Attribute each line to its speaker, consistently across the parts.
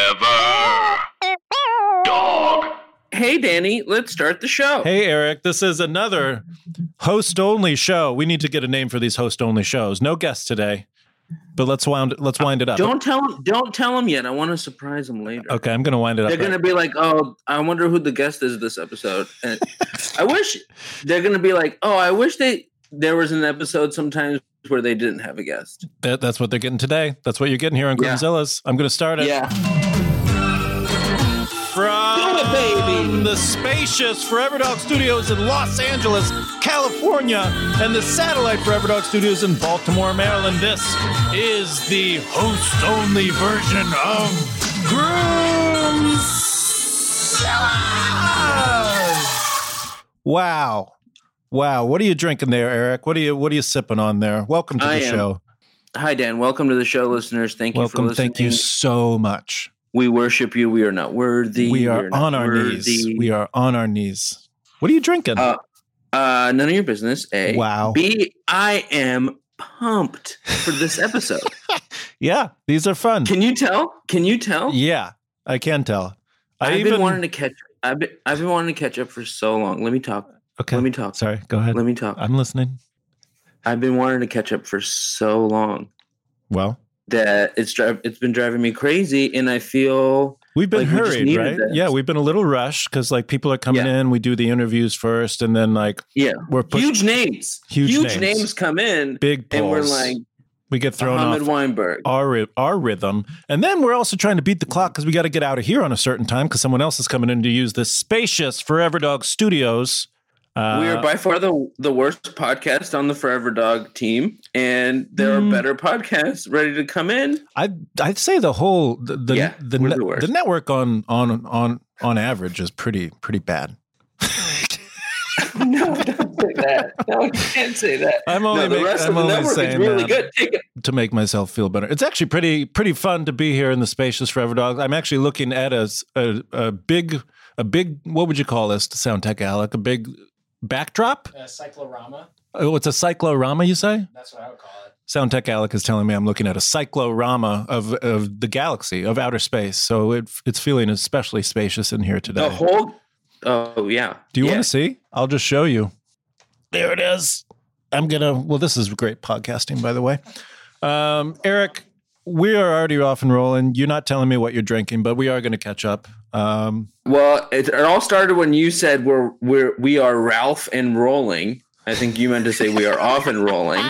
Speaker 1: Forever. Dog.
Speaker 2: Hey, Danny, let's start the show.
Speaker 3: Hey, Eric, this is another host only show. We need to get a name for these host only shows. No guests today, but let's wind, let's wind it up.
Speaker 2: Don't tell him. Don't tell him yet. I want to surprise him later.
Speaker 3: okay, I'm going to wind it up.
Speaker 2: They're gonna be like, "Oh, I wonder who the guest is this episode." And I wish they're gonna be like, "Oh, I wish they there was an episode sometimes where they didn't have a guest."
Speaker 3: That- that's what they're getting today. That's what you're getting here on
Speaker 2: Yeah.
Speaker 3: Grimzilla's. I'm going to start it.
Speaker 2: Yeah,
Speaker 3: From
Speaker 2: Do it, baby.
Speaker 3: the spacious Forever Dog Studios in Los Angeles, California, and the satellite Forever Dog Studios in Baltimore, Maryland, this is the host only version of Groomzilla. Wow. Wow. What are you drinking there, Eric? What are you what are you sipping on there? Welcome to
Speaker 2: I
Speaker 3: the
Speaker 2: am.
Speaker 3: show.
Speaker 2: hi Dan, welcome to the show, listeners. Thank you for
Speaker 3: Welcome.
Speaker 2: listening.
Speaker 3: Thank you so much.
Speaker 2: We worship you. We are not worthy.
Speaker 3: we are
Speaker 2: not
Speaker 3: on our knees.
Speaker 2: worthy.
Speaker 3: We are on our knees. What are you drinking?
Speaker 2: Uh, Uh, none of your business. A
Speaker 3: Wow.
Speaker 2: B. I am pumped for this episode.
Speaker 3: yeah, these are fun.
Speaker 2: Can you tell? Can you tell?
Speaker 3: Yeah, I can tell. I
Speaker 2: I've
Speaker 3: even
Speaker 2: been wanting to catch. I've been, I've been wanting to catch up for so long. Let me talk.
Speaker 3: okay.
Speaker 2: Let me talk.
Speaker 3: Sorry, go ahead.
Speaker 2: Let me talk.
Speaker 3: I'm listening.
Speaker 2: I've been wanting to catch up for so long
Speaker 3: Well,
Speaker 2: that it's drive. It's been driving me crazy, and I feel
Speaker 3: we've been
Speaker 2: Like, we just
Speaker 3: hurried,
Speaker 2: needed
Speaker 3: right?
Speaker 2: this.
Speaker 3: Yeah, we've been a little rushed because like people are coming in. We do the interviews first, and then like
Speaker 2: Yeah.
Speaker 3: we're pushing
Speaker 2: huge names.
Speaker 3: Huge names.
Speaker 2: names. come in,
Speaker 3: big polls.
Speaker 2: and we're like
Speaker 3: we get thrown
Speaker 2: Mohammed
Speaker 3: off.
Speaker 2: Weinberg.
Speaker 3: Our, ry- our rhythm. And then we're also trying to beat the clock because we got to get out of here on a certain time because someone else is coming in to use this spacious Forever Dog Studios. Uh,
Speaker 2: we are by far the the worst podcast on the Forever Dog team, and there
Speaker 3: Mm.
Speaker 2: are better podcasts ready to come in.
Speaker 3: I'd I'd say the whole the the
Speaker 2: Yeah,
Speaker 3: the,
Speaker 2: we're
Speaker 3: ne-
Speaker 2: the worst.
Speaker 3: the network on on on on average is pretty pretty bad.
Speaker 2: no, don't say that. No, you can't say that.
Speaker 3: I'm only
Speaker 2: no, the
Speaker 3: make-
Speaker 2: rest
Speaker 3: I'm
Speaker 2: of the
Speaker 3: only
Speaker 2: network is
Speaker 3: saying um,
Speaker 2: really
Speaker 3: that.
Speaker 2: good. Take it.
Speaker 3: to make myself feel better. It's actually pretty pretty fun to be here in the spacious Forever Dogs. I'm actually looking at a s- a, a big a big what would you call this sound tech Alec? A big backdrop?
Speaker 4: Uh, cyclorama.
Speaker 3: Oh, it's a cyclorama. You say?
Speaker 4: That's what I would call it.
Speaker 3: Sound tech Alec is telling me I'm looking at a cyclorama of of the galaxy of outer space. So it, it's feeling especially spacious in here today.
Speaker 2: The whole. Oh yeah.
Speaker 3: Do you
Speaker 2: yeah.
Speaker 3: want to see? I'll just show you. There it is. I'm gonna. Well, this is great podcasting, by the way. Um, Eric, we are already off and rolling. You're not telling me what you're drinking, but we are going to catch up. Um,
Speaker 2: Well, it, it all started when you said we're we're we are Ralph and rolling. I think you meant to say we are off and rolling.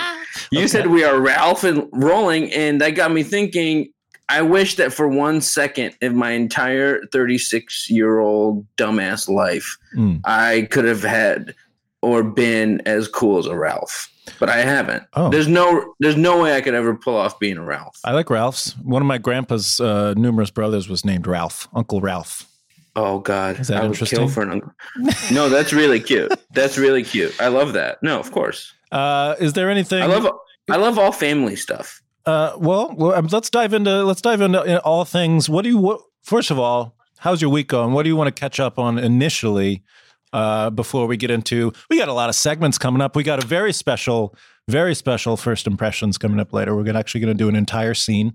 Speaker 2: You
Speaker 3: Okay.
Speaker 2: said we are Ralph and rolling, and that got me thinking. I wish that for one second in my entire 36 year old dumbass life,
Speaker 3: mm.
Speaker 2: I could have had or been as cool as a Ralph, but I haven't.
Speaker 3: Oh.
Speaker 2: There's no there's no way I could ever pull off being a Ralph.
Speaker 3: I like Ralph's. One of my grandpa's uh, numerous brothers was named Ralph, Uncle Ralph.
Speaker 2: Oh God,
Speaker 3: Is that
Speaker 2: I would
Speaker 3: interesting?
Speaker 2: kill for an uncle. No, that's really cute. That's really cute. I love that. No, of course.
Speaker 3: Uh, is there anything?
Speaker 2: I love I love all family stuff.
Speaker 3: Uh, well, well, um, let's dive into let's dive into uh, all things. What do you? What, first of all, how's your week going? What do you want to catch up on initially? Uh, before we get into, we got a lot of segments coming up. We got a very special, very special first impressions coming up later. We're gonna, actually going to do an entire scene,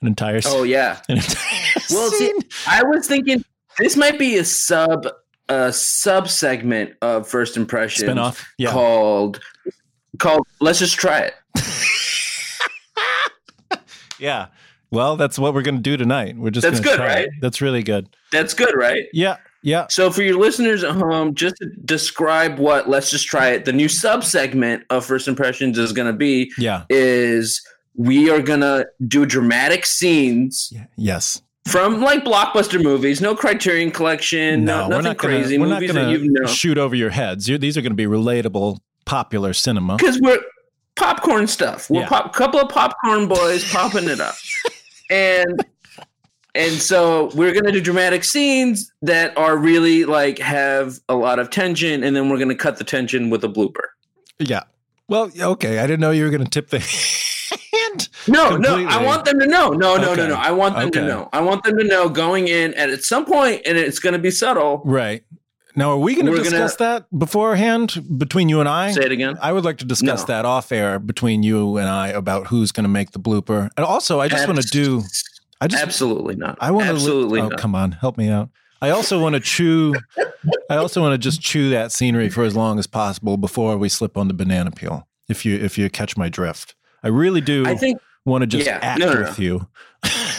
Speaker 3: an entire
Speaker 2: Oh
Speaker 3: scene.
Speaker 2: yeah.
Speaker 3: An entire
Speaker 2: Well, see-
Speaker 3: scene.
Speaker 2: I was thinking this might be a sub a sub segment of first impressions
Speaker 3: spinoff. Yeah.
Speaker 2: called called Let's just try it.
Speaker 3: Yeah. Well, that's what we're going to do tonight. We're just
Speaker 2: That's
Speaker 3: gonna
Speaker 2: good,
Speaker 3: try it.
Speaker 2: right?
Speaker 3: That's really good.
Speaker 2: That's good, right?
Speaker 3: Yeah. Yeah.
Speaker 2: So for your listeners at home, just to describe what Let's Just Try It, the new sub segment of First Impressions is gonna be
Speaker 3: Yeah.
Speaker 2: is we are gonna do dramatic scenes
Speaker 3: yeah. Yes.
Speaker 2: from like blockbuster movies, no Criterion Collection, no, nothing crazy
Speaker 3: Gonna,
Speaker 2: movies
Speaker 3: we're not
Speaker 2: that
Speaker 3: going
Speaker 2: you
Speaker 3: to
Speaker 2: know
Speaker 3: shoot over your heads. You're, these are going to be relatable, popular cinema.
Speaker 2: because we're popcorn stuff. We're
Speaker 3: Yeah.
Speaker 2: pop couple of popcorn boys popping it up, and and so we're gonna do dramatic scenes that are really like have a lot of tension, and then we're gonna cut the tension with a blooper.
Speaker 3: Yeah. Well, okay. I didn't know you were going to tip the hand.
Speaker 2: No, no, I
Speaker 3: Completely.
Speaker 2: want them to know. No, no,
Speaker 3: Okay.
Speaker 2: no, no. I want them to
Speaker 3: Okay.
Speaker 2: know. I want them to know going in, and at some point, and it's gonna be subtle.
Speaker 3: Right. Now, are we going to
Speaker 2: We're gonna-
Speaker 3: discuss that beforehand between you and I?
Speaker 2: Say it again.
Speaker 3: I would like to discuss
Speaker 2: No.
Speaker 3: that off air between you and I about who's going to make the blooper. And also, I just want to do. I just
Speaker 2: Absolutely not.
Speaker 3: I want
Speaker 2: absolutely
Speaker 3: to.
Speaker 2: not.
Speaker 3: Oh, come on, help me out. I also want to chew. I also want to just chew that scenery for as long as possible before we slip on the banana peel. If you if you catch my drift, I really do
Speaker 2: I think.
Speaker 3: want to just
Speaker 2: yeah,
Speaker 3: act
Speaker 2: no, no,
Speaker 3: with you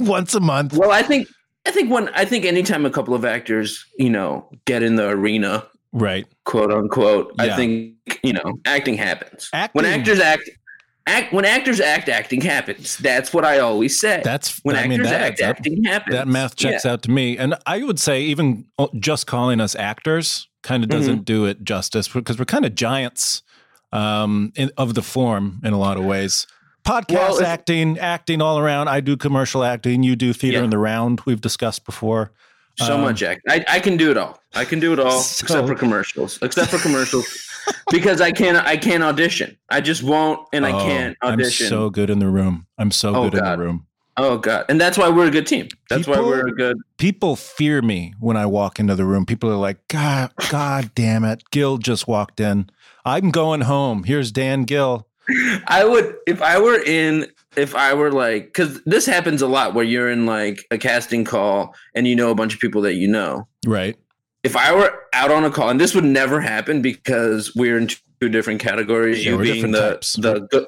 Speaker 3: once a month.
Speaker 2: Well, I think. I think when I think anytime a couple of actors, you know, get in the arena,
Speaker 3: Right.
Speaker 2: quote unquote,
Speaker 3: Yeah.
Speaker 2: I think you know, acting happens. When
Speaker 3: Acting.
Speaker 2: actors act, act when actors act, acting happens. That's what I always say.
Speaker 3: That's.
Speaker 2: when
Speaker 3: I
Speaker 2: actors
Speaker 3: mean, that
Speaker 2: act,
Speaker 3: adds up.
Speaker 2: acting happens.
Speaker 3: That math checks out to me. And I would say even uh, just calling us actors kind
Speaker 2: Mm-hmm.
Speaker 3: of doesn't do it justice because we're kind of giants um, in, of the form in a lot of ways. Podcast
Speaker 2: Well, if-
Speaker 3: acting, acting all around. I do commercial acting. You do theater
Speaker 2: Yeah.
Speaker 3: in the round. We've discussed before.
Speaker 2: So
Speaker 3: Um,
Speaker 2: much act. I, I can do it all. I can do it all
Speaker 3: So-
Speaker 2: except for commercials. Except for commercials, because I can't. I can't audition. I just won't, and I
Speaker 3: Oh,
Speaker 2: can't audition.
Speaker 3: I'm so good in the room. I'm so
Speaker 2: Oh,
Speaker 3: good in
Speaker 2: God.
Speaker 3: the room.
Speaker 2: oh god, and that's why we're a good team. That's why
Speaker 3: People-
Speaker 2: we're a good.
Speaker 3: People fear me when I walk into the room. People are like, God, God damn it. Gil just walked in. I'm going home. Here's Dan Gill.
Speaker 2: I would if I were in. If I were like, because this happens a lot, where you're in like a casting call and you know a bunch of people that you know.
Speaker 3: Right.
Speaker 2: If I were out on a call, and this would never happen because we're in two different categories.
Speaker 3: Yeah,
Speaker 2: you
Speaker 3: we're
Speaker 2: being
Speaker 3: different
Speaker 2: the
Speaker 3: types.
Speaker 2: the good,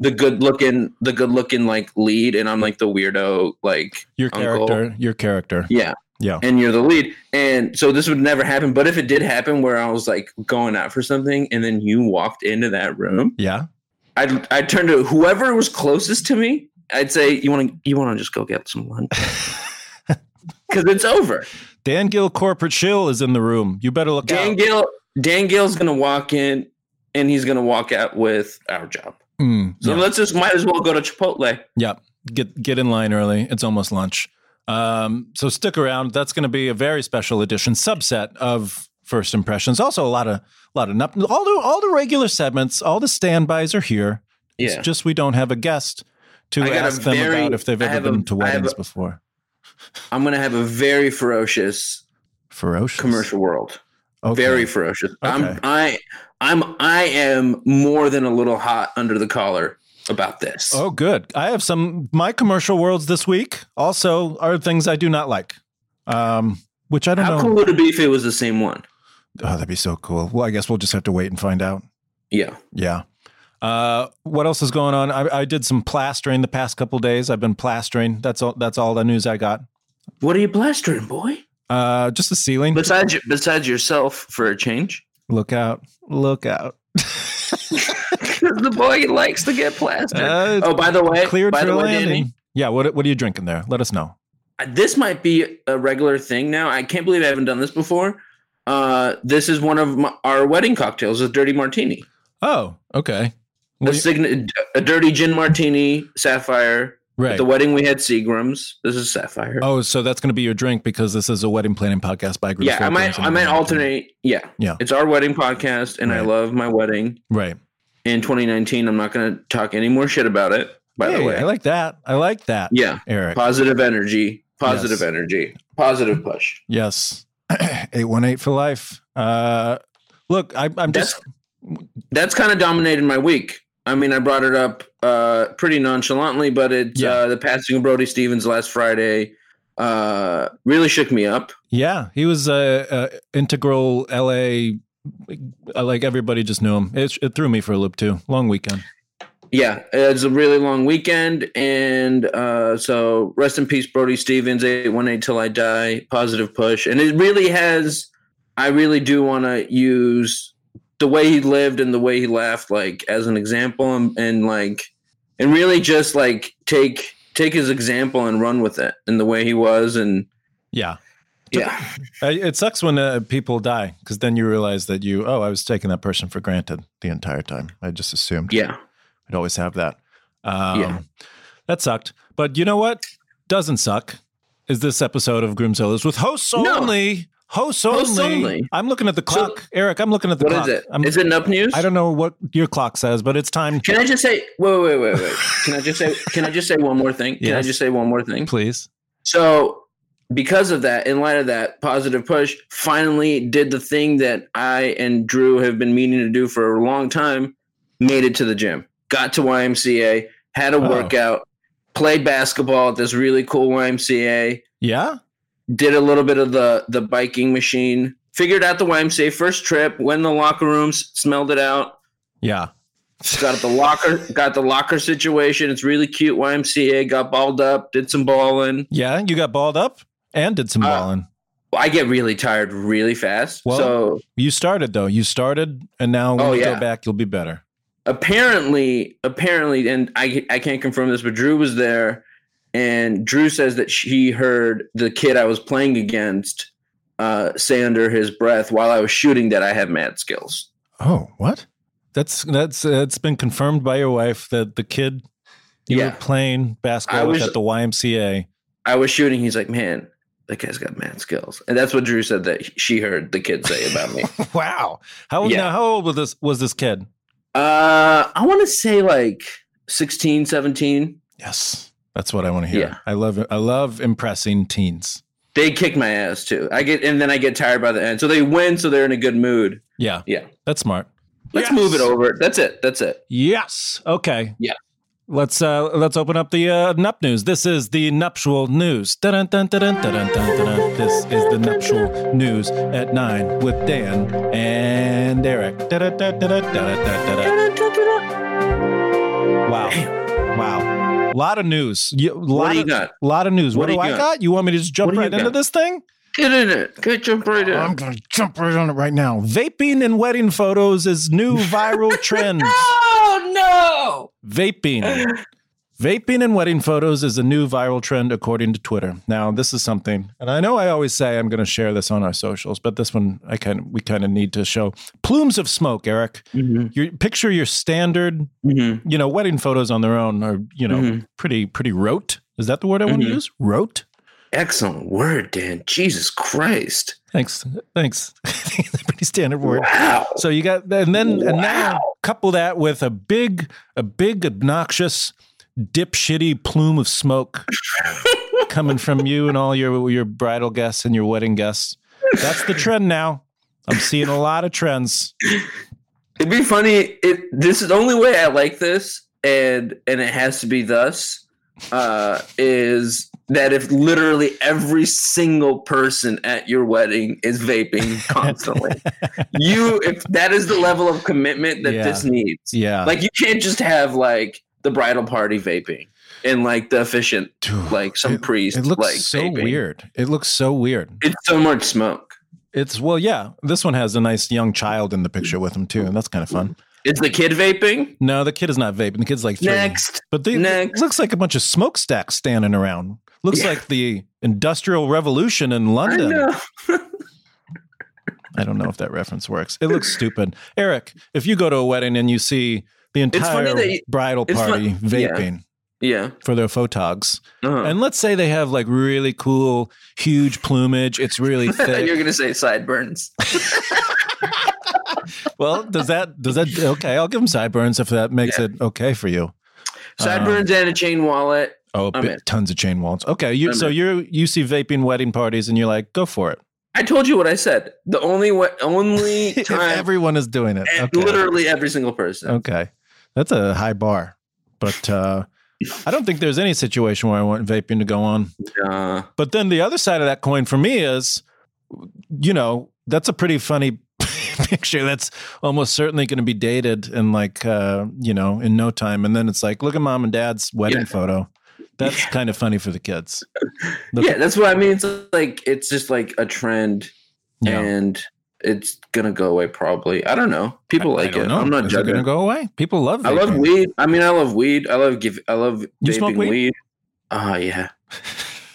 Speaker 2: the good looking, the good looking like lead, and I'm like the weirdo like
Speaker 3: Your
Speaker 2: Uncle.
Speaker 3: character, your character.
Speaker 2: Yeah.
Speaker 3: Yeah.
Speaker 2: And you're the lead. And so this would never happen. But if it did happen where I was like going out for something and then you walked into that room,
Speaker 3: Yeah.
Speaker 2: I'd I'd turn to whoever was closest to me, I'd say, You wanna you wanna just go get some lunch? Cause it's over.
Speaker 3: Dan Gill corporate shill is in the room. You better look
Speaker 2: Dan
Speaker 3: out.
Speaker 2: Gill Dan Gill's gonna walk in and he's gonna walk out with our job.
Speaker 3: Mm,
Speaker 2: So
Speaker 3: yeah.
Speaker 2: let's just might as well go to Chipotle.
Speaker 3: Get get in line early. It's almost lunch. Um, so stick around. That's going to be a very special edition subset of first impressions. Also, a lot of lot of nup- all the all the regular segments, all the standbys are here. It's
Speaker 2: Yeah.
Speaker 3: just we don't have a guest to
Speaker 2: I got a
Speaker 3: ask them
Speaker 2: very-
Speaker 3: about if they've
Speaker 2: I
Speaker 3: ever
Speaker 2: have a-
Speaker 3: been to
Speaker 2: I have
Speaker 3: weddings
Speaker 2: a-
Speaker 3: before.
Speaker 2: I'm gonna have a very ferocious
Speaker 3: Ferocious
Speaker 2: commercial world.
Speaker 3: Okay.
Speaker 2: very ferocious. I'm
Speaker 3: Okay.
Speaker 2: I I'm I am more than a little hot under the collar about this.
Speaker 3: Oh, good. I have some my commercial worlds this week. Also, are things I do not like, um, which I don't
Speaker 2: How
Speaker 3: know.
Speaker 2: cool would it be if it was the same one?
Speaker 3: Oh, that'd be so cool. Well, I guess we'll just have to wait and find out.
Speaker 2: Yeah.
Speaker 3: Yeah. Uh, what else is going on? I, I did some plastering the past couple days. I've been plastering. That's all. That's all the news I got.
Speaker 2: What are you blastering, boy?
Speaker 3: Uh, just the ceiling.
Speaker 2: Besides your- besides yourself for a change.
Speaker 3: Look out! Look out!
Speaker 2: the boy likes to get plastered.
Speaker 3: Uh,
Speaker 2: oh, by the way,
Speaker 3: Cleared
Speaker 2: by
Speaker 3: for
Speaker 2: the
Speaker 3: a
Speaker 2: way,
Speaker 3: landing.
Speaker 2: Danny,
Speaker 3: Yeah. What What are you drinking there? Let us know.
Speaker 2: this might be a regular thing now. I can't believe I haven't done this before. Uh, this is one of my, our wedding cocktails, a dirty martini,
Speaker 3: Oh, okay. What
Speaker 2: a,
Speaker 3: do you-
Speaker 2: sign- a dirty gin martini, sapphire, At
Speaker 3: right.
Speaker 2: the wedding we had Seagrams. This is Sapphire.
Speaker 3: Oh, so that's going to be your drink because this is a wedding planning podcast by Group
Speaker 2: yeah, I
Speaker 3: Four
Speaker 2: might
Speaker 3: Girls and
Speaker 2: I might
Speaker 3: One Guy.
Speaker 2: alternate. Yeah.
Speaker 3: Yeah.
Speaker 2: It's our wedding podcast and I
Speaker 3: Right.
Speaker 2: love my wedding
Speaker 3: Right.
Speaker 2: in 2019. I'm not going to talk any more shit about it by
Speaker 3: Hey,
Speaker 2: the way.
Speaker 3: I like that. I like that,
Speaker 2: yeah.
Speaker 3: Eric.
Speaker 2: Positive energy. Positive
Speaker 3: Yes.
Speaker 2: energy. Positive push.
Speaker 3: Yes. 818 for life. Uh, look, I, I'm
Speaker 2: That's-
Speaker 3: just,
Speaker 2: That's kind of dominated my week. I mean, I brought it up uh, pretty nonchalantly, but it's
Speaker 3: Yeah.
Speaker 2: uh, the passing of Brody Stevens last Friday uh, really shook me up.
Speaker 3: yeah, he was a, a integral LA. uh, Like everybody just knew him. It, it threw me for a loop too. Long weekend.
Speaker 2: Yeah, it's a really long weekend, and uh, so rest in peace, Brody Stevens, eight one eight till I die. Positive push, and it really has. I really do want to use the way he lived and the way he laughed, like as an example, and, and like, and really just like take take his example and run with it, and the way he was, and
Speaker 3: Yeah.
Speaker 2: yeah,
Speaker 3: Uh, It sucks when uh, people die because then you realize that you, oh, I was taking that person for granted the entire time. I just assumed.
Speaker 2: yeah,
Speaker 3: I'd always have that. Um,
Speaker 2: Yeah.
Speaker 3: That sucked. But you know what doesn't suck is this episode of Groomzillas with hosts
Speaker 2: No.
Speaker 3: only. Hosts,
Speaker 2: Hosts
Speaker 3: only.
Speaker 2: only.
Speaker 3: I'm looking at the
Speaker 2: So-
Speaker 3: clock. Eric, I'm looking at the
Speaker 2: What is
Speaker 3: clock.
Speaker 2: it?
Speaker 3: I'm,
Speaker 2: Is it up news?
Speaker 3: I don't know what your clock says, but it's time.
Speaker 2: Can I just say? Wait, wait, wait, wait. Can I just say? Can I just say one more thing? Can I
Speaker 3: Yes.
Speaker 2: just say one more thing?
Speaker 3: Please.
Speaker 2: So, because of that, in light of that, Positive Push finally did the thing that I and Drew have been meaning to do for a long time made it to the gym, got to YMCA, had a
Speaker 3: Oh.
Speaker 2: workout, played basketball at this really cool YMCA.
Speaker 3: Yeah.
Speaker 2: Did a little bit of the the biking machine. Figured out the YMCA first trip. Went in the locker rooms, smelled it out.
Speaker 3: Yeah.
Speaker 2: Got the locker, got the locker situation. It's really cute. YMCA got balled up, did some balling.
Speaker 3: Yeah. You got balled up and did some
Speaker 2: Uh,
Speaker 3: balling.
Speaker 2: I get really tired really fast.
Speaker 3: Well-
Speaker 2: so
Speaker 3: You started though. You started, and now when
Speaker 2: Oh,
Speaker 3: you
Speaker 2: yeah.
Speaker 3: go back, you'll be better.
Speaker 2: apparently apparently and I I can't confirm this but Drew was there and Drew says that she heard the kid I was playing against uh, say under his breath while I was shooting that I have mad skills.
Speaker 3: Oh, what? That's that's uh, it's been confirmed by your wife that the kid you
Speaker 2: Yeah.
Speaker 3: were playing
Speaker 2: I
Speaker 3: basketball with
Speaker 2: was-
Speaker 3: at the YMCA.
Speaker 2: I was shooting he's like, "Man, that guy's got mad skills." And that's what Drew said that she heard the kid say about me.
Speaker 3: wow. How
Speaker 2: Yeah.
Speaker 3: now? How old was this was this kid?
Speaker 2: uh I want to say like 16, 17.
Speaker 3: Yes, that's what I want to hear.
Speaker 2: Yeah.
Speaker 3: I love I love impressing teens.
Speaker 2: They kicked my ass too. I get and then I get tired by the end. So they win so they're in a good mood.
Speaker 3: Yeah,
Speaker 2: Yeah.
Speaker 3: that's smart.
Speaker 2: Let's
Speaker 3: Yes.
Speaker 2: move it over. That's it. That's it.
Speaker 3: Yes. Okay.
Speaker 2: Yeah.
Speaker 3: Let's uh let's open up the uh, nup news. This is the nuptial news. Dun, dun, dun, dun, dun, dun, dun, dun. This is the nuptial news at nine with Dan and Eric. Dun, dun, dun, dun, dun, dun, dun, dun. Wow. Wow. A lot of news. You, lot
Speaker 2: What do you
Speaker 3: of,
Speaker 2: got?
Speaker 3: lot of news. What,
Speaker 2: What do
Speaker 3: do
Speaker 2: you
Speaker 3: I
Speaker 2: got?
Speaker 3: got? You want me to just jump
Speaker 2: What do you
Speaker 3: right into
Speaker 2: got?
Speaker 3: this thing?
Speaker 2: Get in it. Get jump right in.
Speaker 3: I'm going to jump right on it right now. Vaping in wedding photos is new viral trend.
Speaker 2: oh
Speaker 3: Vaping. Vaping in wedding photos is a new viral trend according to Twitter. Now, this is something, and I know I always say I'm going to share this on our socials, but this one I kind of we kind of need to show plumes of smoke, Eric.
Speaker 2: no!
Speaker 3: You picture your standard,
Speaker 2: Mm-hmm.
Speaker 3: you know, wedding photos on their own are, you know,
Speaker 2: Mhm.
Speaker 3: pretty pretty rote. Is that the word I want to
Speaker 2: Mhm.
Speaker 3: use? Rote.
Speaker 2: Excellent word, Dan. Jesus Christ!
Speaker 3: Thanks. Thanks. pretty standard word.
Speaker 2: Wow.
Speaker 3: So you got and then and now
Speaker 2: Wow.
Speaker 3: couple that with a big a big obnoxious dipshitty plume of smoke coming from you and all your your bridal guests and your wedding guests. That's the trend now. I'm seeing a lot of trends.
Speaker 2: It'd be funny. It. This is the only way I like this, and and it has to be thus. Uh, is that if literally every single person at your wedding is vaping constantly? you, if that is the level of commitment that
Speaker 3: Yeah.
Speaker 2: this needs,
Speaker 3: Yeah.
Speaker 2: like you can't just have like the bridal party vaping and like the efficient
Speaker 3: Dude,
Speaker 2: like some priest.
Speaker 3: it looks
Speaker 2: like,
Speaker 3: so
Speaker 2: vaping.
Speaker 3: weird. It looks so weird.
Speaker 2: It's so much smoke.
Speaker 3: It's well, yeah. This one has a nice young child in the picture with him too, and that's kind of fun.
Speaker 2: Is the kid vaping?
Speaker 3: No, the kid is not vaping. The kid's like three.
Speaker 2: Next.
Speaker 3: But they,
Speaker 2: Next.
Speaker 3: it looks like a bunch of smokestacks standing around. Looks
Speaker 2: Yeah.
Speaker 3: like the Industrial Revolution in
Speaker 2: I
Speaker 3: London. I,
Speaker 2: know.
Speaker 3: don't know if that reference works. It looks stupid. Eric, if you go to a wedding and you see the
Speaker 2: funny
Speaker 3: entire
Speaker 2: that you-
Speaker 3: bridal
Speaker 2: it's
Speaker 3: party
Speaker 2: fun- yeah.
Speaker 3: vaping
Speaker 2: Yeah.
Speaker 3: for their photogs,
Speaker 2: Uh-huh.
Speaker 3: and let's say they have like really cool, huge plumage, it's really
Speaker 2: And you're
Speaker 3: thick.
Speaker 2: gonna say sideburns.
Speaker 3: well, does that does that okay? I'll give them sideburns if that makes it okay for you. Uh-huh.
Speaker 2: Sideburns and a chain wallet.
Speaker 3: Oh,
Speaker 2: I'm
Speaker 3: bi-
Speaker 2: in.
Speaker 3: tons of chain wallets. Okay, you,
Speaker 2: I'm
Speaker 3: so
Speaker 2: in.
Speaker 3: you you see vaping wedding parties and you're like, go for it.
Speaker 2: I told you what I said. The only way, only
Speaker 3: if
Speaker 2: time,
Speaker 3: everyone is doing it.
Speaker 2: and
Speaker 3: Okay.
Speaker 2: literally every single person.
Speaker 3: okay. That's a high bar. But uh, I don't think there's any situation where I want vaping to go on.
Speaker 2: Uh,
Speaker 3: But then the other side of that coin for me is, you know, that's a pretty funny picture that's almost certainly going to be dated in like, uh, you know, in no time. And then it's like, look at mom and dad's wedding
Speaker 2: Yeah.
Speaker 3: photo. That's
Speaker 2: Yeah.
Speaker 3: kind of funny for the kids. Look-
Speaker 2: yeah, that's what I mean. It's like it's just like a trend,
Speaker 3: Yeah.
Speaker 2: and it's gonna go away probably. I don't know. People
Speaker 3: I
Speaker 2: like
Speaker 3: don't
Speaker 2: it.
Speaker 3: know.
Speaker 2: I'm not
Speaker 3: Is it going to
Speaker 2: judging.
Speaker 3: go away? People love
Speaker 2: I love
Speaker 3: vaping.
Speaker 2: weed. I mean, I love weed. I love give. I love
Speaker 3: You smoke
Speaker 2: vaping
Speaker 3: weed?
Speaker 2: weed. Oh yeah.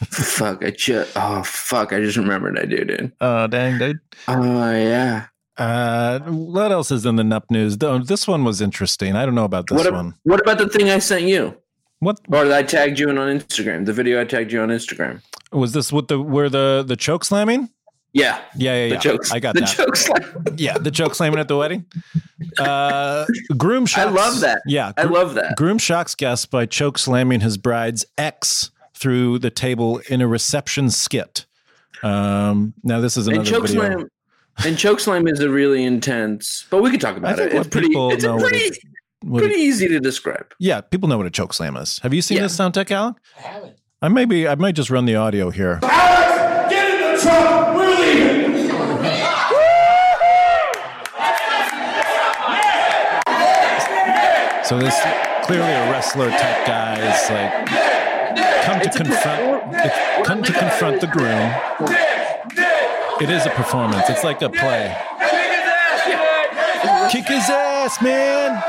Speaker 2: fuck! I just. Oh fuck! I just remembered I do, dude.
Speaker 3: Oh, dang, dude.
Speaker 2: Oh yeah.
Speaker 3: Uh, what else is in the NUP news? Though this one was interesting. I don't know about this
Speaker 2: What, ab-
Speaker 3: one.
Speaker 2: what about the thing I sent you,
Speaker 3: What
Speaker 2: or that I tagged you in on Instagram? The video I tagged you on Instagram.
Speaker 3: was this? With the where the the choke slamming?
Speaker 2: Yeah,
Speaker 3: Yeah, yeah,
Speaker 2: the
Speaker 3: yeah.
Speaker 2: jokes.
Speaker 3: I got
Speaker 2: the
Speaker 3: that.
Speaker 2: jokes. Like,
Speaker 3: yeah, the choke slamming at the wedding. Uh, groom shocks.
Speaker 2: love that.
Speaker 3: Yeah,
Speaker 2: I
Speaker 3: gr-
Speaker 2: love that.
Speaker 3: Groom shocks guests by choke slamming his bride's ex through the table in a reception skit. Um, now this is
Speaker 2: And
Speaker 3: another video.
Speaker 2: chokeslam. And chokeslam is a really intense, but we could talk about
Speaker 3: think
Speaker 2: it.
Speaker 3: what
Speaker 2: It's pretty.
Speaker 3: people
Speaker 2: It's a
Speaker 3: know what it
Speaker 2: pretty.
Speaker 3: is. what
Speaker 2: Pretty
Speaker 3: a,
Speaker 2: easy to describe.
Speaker 3: yeah, people know what a choke slam is. Have you seen
Speaker 2: Yeah.
Speaker 3: this sound tech, Alec? I maybe I might just run the audio here.
Speaker 4: Alex, get in the truck. We're leaving.
Speaker 3: So this clearly a wrestler type guy is like come to confront it's- come to confront the groom. It is a performance. It's like a play. Kick his ass, man.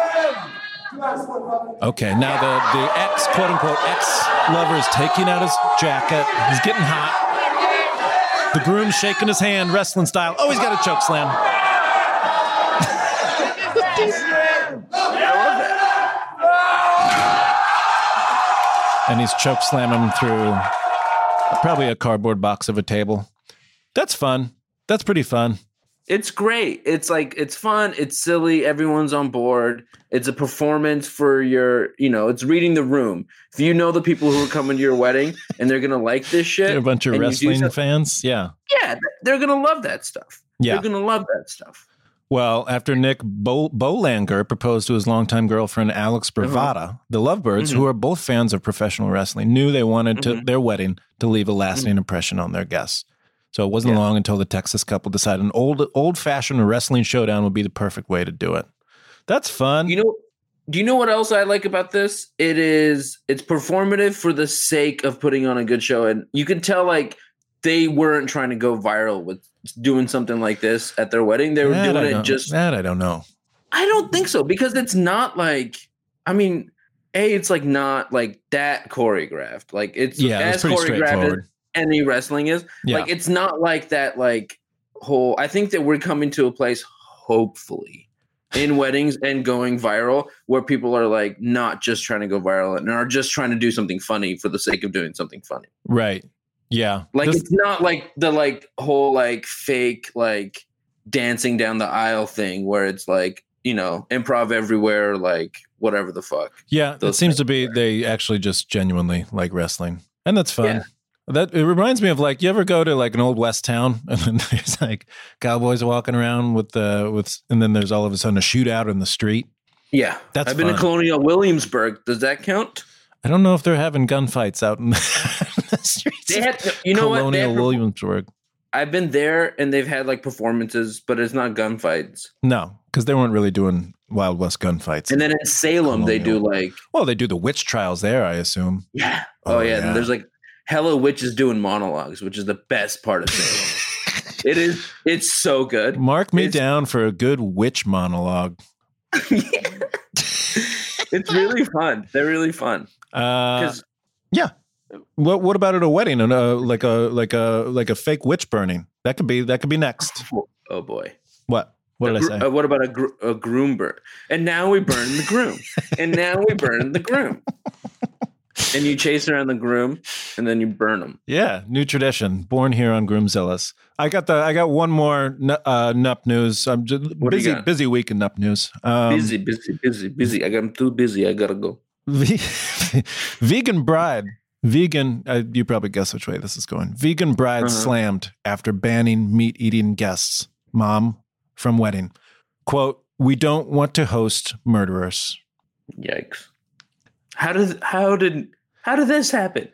Speaker 3: Okay, now the the ex quote unquote ex lover is taking out his jacket. He's getting hot. The groom's shaking his hand, wrestling style. Oh, he's got a choke slam. and he's choke slamming him through probably a cardboard box of a table. That's fun. That's pretty fun.
Speaker 2: It's great. It's like it's fun. It's silly. Everyone's on board. It's a performance for your, you know, it's reading the room. If you know the people who are coming to your wedding and they're gonna like this shit,
Speaker 3: They're a bunch of
Speaker 2: and you do
Speaker 3: wrestling
Speaker 2: so-
Speaker 3: fans. Yeah.
Speaker 2: yeah, th- they're gonna love that stuff.
Speaker 3: Yeah.
Speaker 2: They're gonna love that stuff.
Speaker 3: Well, after Nick Bo- Bolanger proposed to his longtime girlfriend Alex
Speaker 2: Uh-huh.
Speaker 3: Bravada, the Lovebirds,
Speaker 2: Mm-hmm.
Speaker 3: who are both fans of professional wrestling, knew they wanted to,
Speaker 2: Mhm.
Speaker 3: their wedding to leave a lasting impression on their guests. So it wasn't
Speaker 2: Mm-hmm. Yeah.
Speaker 3: long until the Texas couple decided an old old fashioned wrestling showdown would be the perfect way to do it. That's fun.
Speaker 2: You know, do you know what else I like about this? It is it's performative for the sake of putting on a good show, and you can tell like they weren't trying to go viral with doing something like this at their wedding. They were
Speaker 3: That I
Speaker 2: doing it
Speaker 3: don't-
Speaker 2: just.
Speaker 3: that I don't know.
Speaker 2: I don't think so because it's not like. I mean, a it's like not like that choreographed. Like it's
Speaker 3: Yeah, it was
Speaker 2: as
Speaker 3: pretty
Speaker 2: choreographed as
Speaker 3: straightforward.
Speaker 2: any wrestling is.
Speaker 3: Yeah.
Speaker 2: Like it's not like that like whole I think that we're coming to a place hopefully in weddings and going viral where people are like not just trying to go viral and are just trying to do something funny for the sake of doing something funny.
Speaker 3: Right. Yeah.
Speaker 2: Like
Speaker 3: This-
Speaker 2: it's not like the like whole like fake like dancing down the aisle thing where it's like, you know, improv everywhere like whatever the fuck.
Speaker 3: yeah, it
Speaker 2: those
Speaker 3: seems to be they actually just genuinely like wrestling. And that's fun.
Speaker 2: Yeah.
Speaker 3: That it reminds me of like you ever go to like an old west town and then there's like cowboys walking around with the with and then there's all of a sudden a shootout in the street.
Speaker 2: Yeah.
Speaker 3: That's
Speaker 2: I've been
Speaker 3: fun.
Speaker 2: to Colonial Williamsburg. Does that count?
Speaker 3: I don't know if they're having gunfights out in the, streets.
Speaker 2: They
Speaker 3: of
Speaker 2: had you know what? They
Speaker 3: Colonial
Speaker 2: had
Speaker 3: Williamsburg.
Speaker 2: I've been there and they've had like performances, but it's not gunfights.
Speaker 3: No, because they weren't really doing Wild West gunfights.
Speaker 2: And then in Salem, they do like,
Speaker 3: well, they do the witch trials there, I assume.
Speaker 2: yeah. Oh,
Speaker 3: Oh,
Speaker 2: yeah.
Speaker 3: yeah.
Speaker 2: And there's like hella witches doing monologues, which is the best part of Salem. it is, it's so good.
Speaker 3: Mark me
Speaker 2: It's-
Speaker 3: down for a good witch monologue.
Speaker 2: It's really fun. They're really fun.
Speaker 3: Uh,
Speaker 2: 'Cause-
Speaker 3: What What about at a wedding and uh like a like a like a fake witch burning? That could be that could be next.
Speaker 2: oh boy.
Speaker 3: What What did I
Speaker 2: A gr-
Speaker 3: say?
Speaker 2: uh, what about a, gr- a groom burn? And now we burn the groom. and now we burn the groom. And you chase around the groom and then you burn him.
Speaker 3: Yeah, new tradition born here on Groomzillas. I got the I got one more nu- uh, nup news. I'm just
Speaker 2: What do you
Speaker 3: busy
Speaker 2: got?
Speaker 3: busy week in nup news. Um,
Speaker 2: Busy, busy, busy, busy. I got, I'm too busy. I gotta go.
Speaker 3: Ve- vegan bride, vegan. Uh, you probably guess which way this is going. Vegan bride
Speaker 2: Uh-huh.
Speaker 3: slammed after banning meat eating guests. Mom from wedding. Quote: We don't want to host murderers.
Speaker 2: Yikes! How did how did how did this happen?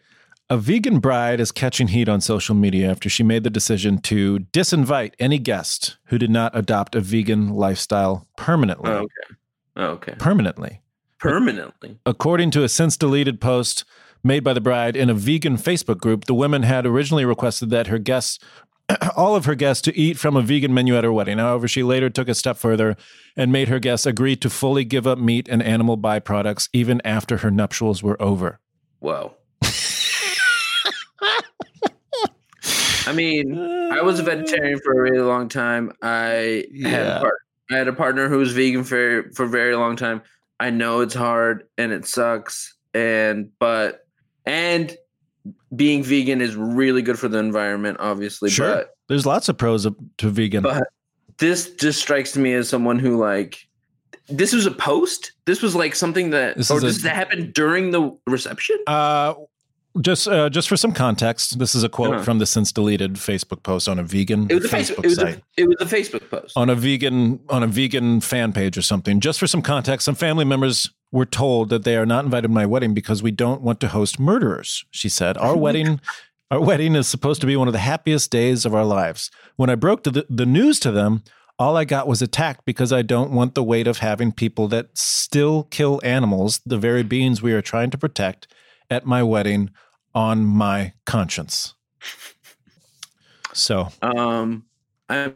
Speaker 3: A vegan bride is catching heat on social media after she made the decision to disinvite any guest who did not adopt a vegan lifestyle permanently.
Speaker 2: Oh, okay, Oh, okay,
Speaker 3: Permanently.
Speaker 2: permanently.
Speaker 3: According to a since deleted post made by the bride in a vegan Facebook group, the woman had originally requested that her guests, all of her guests, to eat from a vegan menu at her wedding. However, she later took a step further and made her guests agree to fully give up meat and animal byproducts even after her nuptials were over.
Speaker 2: Whoa. I mean, I was a vegetarian for a really long time. I had
Speaker 3: Yeah.
Speaker 2: a part, I had a partner who was vegan for for a very long time. I know it's hard and it sucks, and but and being vegan is really good for the environment, obviously.
Speaker 3: Sure.
Speaker 2: But
Speaker 3: There's lots of pros of- to vegan.
Speaker 2: But- this just strikes me as someone who like this was a post this was like something that
Speaker 3: This
Speaker 2: or
Speaker 3: is a-
Speaker 2: this that happened during the reception
Speaker 3: Uh, just uh, just for some context, this is a quote
Speaker 2: Uh-huh.
Speaker 3: from the since deleted Facebook post on a vegan
Speaker 2: It was a
Speaker 3: Facebook
Speaker 2: Facebook. It was
Speaker 3: site.
Speaker 2: a, it was a Facebook post.
Speaker 3: on a vegan on a vegan fan page or something. Just for some context, some family members were told that they are not invited to my wedding because we don't want to host murderers. She said, "Our wedding, our wedding is supposed to be one of the happiest days of our lives." When I broke the, the news to them, all I got was attacked because I don't want the weight of having people that still kill animals, the very beings we are trying to protect, at my wedding on my conscience. So,
Speaker 2: Um, I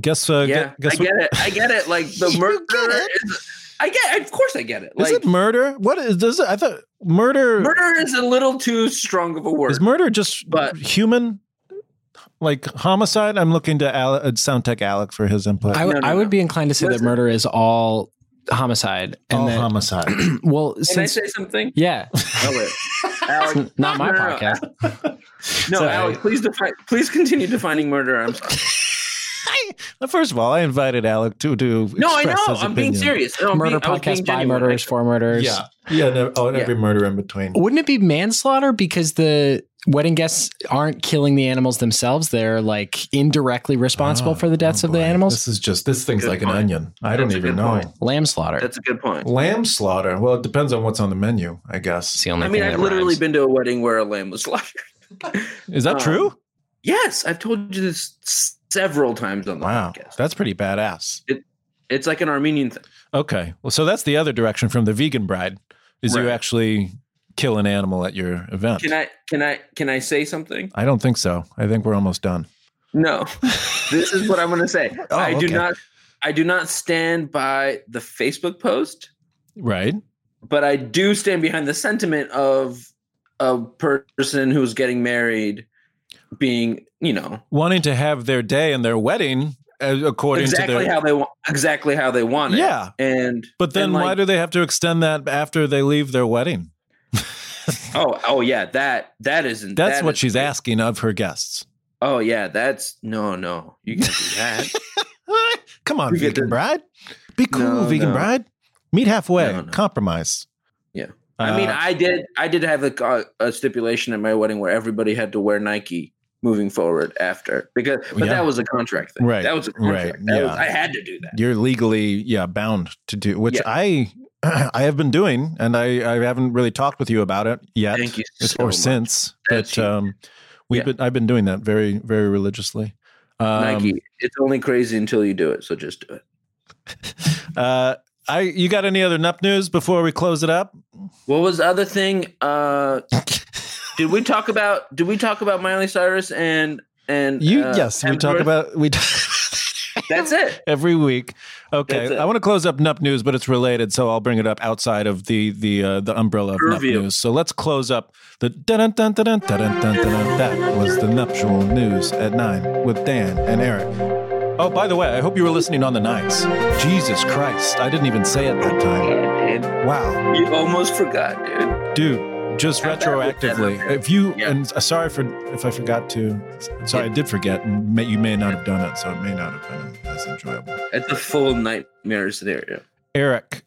Speaker 3: guess uh,
Speaker 2: yeah,
Speaker 3: guess
Speaker 2: I get it. I get it. Like the
Speaker 3: You
Speaker 2: murder.
Speaker 3: get it?
Speaker 2: Is, I get. Of course, I get it.
Speaker 3: Is
Speaker 2: Like
Speaker 3: it murder? What is does it? I thought murder,
Speaker 2: murder is a little too strong of a word.
Speaker 3: is murder just
Speaker 2: But-
Speaker 3: human, like homicide. I'm looking to Ale- uh, sound tech Alec for his input.
Speaker 5: I,
Speaker 2: No,
Speaker 5: w-
Speaker 2: no,
Speaker 5: I would
Speaker 2: no.
Speaker 5: be inclined to say
Speaker 2: Listen.
Speaker 5: that murder is all homicide, and
Speaker 3: All
Speaker 5: that
Speaker 3: homicide.
Speaker 5: well,
Speaker 2: Can I
Speaker 5: since
Speaker 2: say something?
Speaker 5: yeah,
Speaker 2: Oh, wait. Alex,
Speaker 5: it's not my
Speaker 2: No, no, no.
Speaker 5: podcast.
Speaker 2: no,
Speaker 5: Sorry.
Speaker 2: Alex, please define. Please continue defining murder. I'm sorry.
Speaker 3: Well, First of all, I invited Alec to do.
Speaker 2: No, I know. I'm being serious. No, I'm
Speaker 5: murder
Speaker 2: being, I was being
Speaker 5: podcast by
Speaker 2: genuine.
Speaker 5: murderers for murderers.
Speaker 3: Yeah, yeah, no, oh, and every murder in between.
Speaker 5: Wouldn't it be manslaughter because the wedding guests aren't killing the animals themselves? They're like indirectly responsible
Speaker 3: Oh,
Speaker 5: for the deaths
Speaker 3: oh
Speaker 5: of the
Speaker 3: boy.
Speaker 5: animals.
Speaker 3: This is just this thing's
Speaker 2: Good
Speaker 3: like
Speaker 2: point.
Speaker 3: an onion. I
Speaker 2: That's
Speaker 3: don't
Speaker 2: a
Speaker 3: even
Speaker 2: good
Speaker 3: know.
Speaker 2: point.
Speaker 5: Lamb slaughter.
Speaker 2: That's a good point.
Speaker 3: Lamb slaughter. Well, it depends on what's on the menu, I
Speaker 5: It's
Speaker 3: guess.
Speaker 5: the only
Speaker 2: I mean,
Speaker 5: thing
Speaker 2: I've
Speaker 5: that
Speaker 2: literally
Speaker 5: rhymes.
Speaker 2: been to a wedding where a lamb was slaughtered.
Speaker 3: Is that
Speaker 2: Um,
Speaker 3: true?
Speaker 2: Yes, I've told you this s- several times on the
Speaker 3: Wow,
Speaker 2: podcast.
Speaker 3: that's pretty badass.
Speaker 2: It's like an Armenian thing.
Speaker 3: Okay. Well, so that's the other direction from the vegan bride is you
Speaker 2: Right.
Speaker 3: actually kill an animal at your event.
Speaker 2: Can I can I can I say something?
Speaker 3: I don't think so. I think we're almost done.
Speaker 2: No. this is what I'm going to say.
Speaker 3: Oh,
Speaker 2: I do
Speaker 3: okay.
Speaker 2: not I do not stand by the Facebook post,
Speaker 3: Right?
Speaker 2: but I do stand behind the sentiment of a person who's getting married being, you know,
Speaker 3: Wanting to have their day and their wedding uh, according to
Speaker 2: exactly
Speaker 3: their
Speaker 2: how they want exactly how they want it.
Speaker 3: Yeah.
Speaker 2: And
Speaker 3: But then
Speaker 2: and,
Speaker 3: why
Speaker 2: like-
Speaker 3: do they have to extend that after they leave their wedding?
Speaker 2: oh oh yeah, that that isn't
Speaker 3: That's
Speaker 2: that
Speaker 3: what
Speaker 2: is-
Speaker 3: she's asking of her guests.
Speaker 2: Oh yeah, that's no no. You can't do that.
Speaker 3: Come on,
Speaker 2: You get
Speaker 3: vegan
Speaker 2: the-
Speaker 3: bride. Be cool,
Speaker 2: No,
Speaker 3: vegan
Speaker 2: no.
Speaker 3: bride. Meet halfway.
Speaker 2: No, no.
Speaker 3: Compromise.
Speaker 2: Yeah. I mean,
Speaker 3: Uh,
Speaker 2: I did. I did have a, a stipulation at my wedding where everybody had to wear Nike moving forward after because, but
Speaker 3: Yeah.
Speaker 2: that was a contract thing.
Speaker 3: Right,
Speaker 2: That was a contract.
Speaker 3: right,
Speaker 2: That
Speaker 3: yeah.
Speaker 2: was- I had to do that.
Speaker 3: you're legally yeah bound to do which
Speaker 2: Yeah.
Speaker 3: i i have been doing and i i haven't really talked with you about it yet
Speaker 2: Thank you
Speaker 3: it's-
Speaker 2: so
Speaker 3: or
Speaker 2: much.
Speaker 3: since
Speaker 2: That's
Speaker 3: but um we've
Speaker 2: Yeah.
Speaker 3: been i've been doing that very very religiously um,
Speaker 2: Nike. It's only crazy until you do it. So just do it.
Speaker 3: uh i you got any other nup news before we close it
Speaker 2: Uh,
Speaker 3: up
Speaker 2: What was the other thing? Uh, did we talk about? Did we talk about Miley Cyrus and and
Speaker 3: you
Speaker 2: uh,
Speaker 3: yes we talk
Speaker 2: Hemsworth?
Speaker 3: about we
Speaker 2: That's it.
Speaker 3: every week.
Speaker 2: That's
Speaker 3: Okay,
Speaker 2: it.
Speaker 3: I want to close up Nup News, but it's related, so I'll bring it up outside of the the uh, the umbrella of Nup
Speaker 2: Review.
Speaker 3: News. So let's close up the dun dun dun dun dun dun dun. That was the nuptial news at nine with Dan and Eric. Oh, by the way, I hope you were listening on the nines. Jesus Christ, I didn't even say it that time.
Speaker 2: And
Speaker 3: Wow,
Speaker 2: you almost forgot, dude.
Speaker 3: dude, just
Speaker 2: Have that with them.
Speaker 3: retroactively. If you
Speaker 2: Yeah.
Speaker 3: and uh, sorry for if I forgot to. Sorry, I did forget. and may- You may not have done it, so it may not have been as enjoyable.
Speaker 2: That's a full nightmare scenario.
Speaker 3: Eric,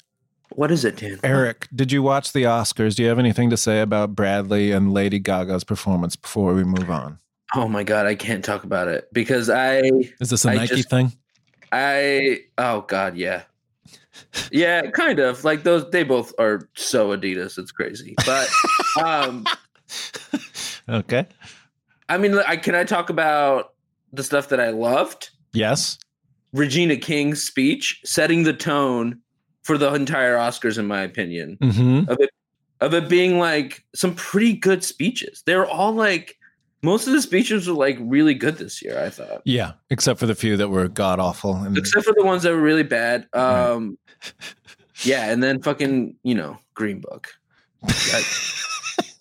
Speaker 2: What is it, Dan?
Speaker 3: Eric, did you watch the Oscars? Do you have anything to say about Bradley and Lady Gaga's performance before we move on?
Speaker 2: Oh my god, I can't talk about it because I
Speaker 3: Is this a
Speaker 2: I
Speaker 3: Nike
Speaker 2: just-
Speaker 3: thing?
Speaker 2: I oh god, yeah. Yeah, kind of. Like those they both are so Adidas, it's crazy. But um
Speaker 3: Okay.
Speaker 2: I mean I can I talk about the stuff that I loved?
Speaker 3: Yes.
Speaker 2: Regina King's speech setting the tone for the entire Oscars in my opinion.
Speaker 3: Mm-hmm.
Speaker 2: Of it being like some pretty good speeches. They're all like most of the speeches were like really good this year, I thought.
Speaker 3: Yeah, except for the few that were god awful. And
Speaker 2: except for the ones that were really bad. Um, yeah, and then fucking you know Green Book. Yikes!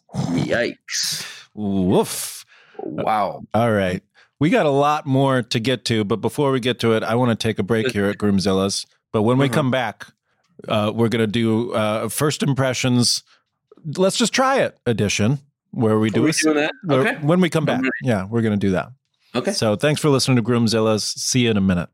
Speaker 2: Yikes.
Speaker 3: woof.
Speaker 2: Wow.
Speaker 3: All right. We got a lot more to get to, but before we get to it, I want to take a break here at Groomzilla's. But when we
Speaker 2: Uh-huh.
Speaker 3: come back, uh, we're going to do uh, first impressions. Let's just try it edition, where we
Speaker 2: Are
Speaker 3: do
Speaker 2: we
Speaker 3: a s-
Speaker 2: doing that?
Speaker 3: where-
Speaker 2: Okay.
Speaker 3: when we come back.
Speaker 2: ready.
Speaker 3: Yeah, we're going to do that.
Speaker 2: Okay.
Speaker 3: So thanks for listening to Groomzilla's. See you in a minute.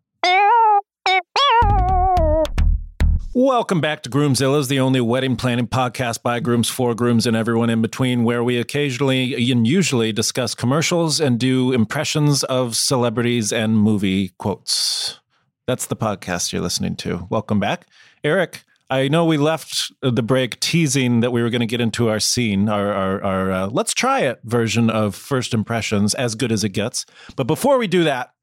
Speaker 3: Welcome back to Groomzilla's, the only wedding planning podcast by grooms for grooms and everyone in between, where we occasionally and usually discuss commercials and do impressions of celebrities and movie quotes. That's the podcast you're listening to. Welcome back, Eric. I know we left the break teasing that we were going to get into our scene, our, our, our uh, let's try it version of first impressions, as good as it gets. But before we do that,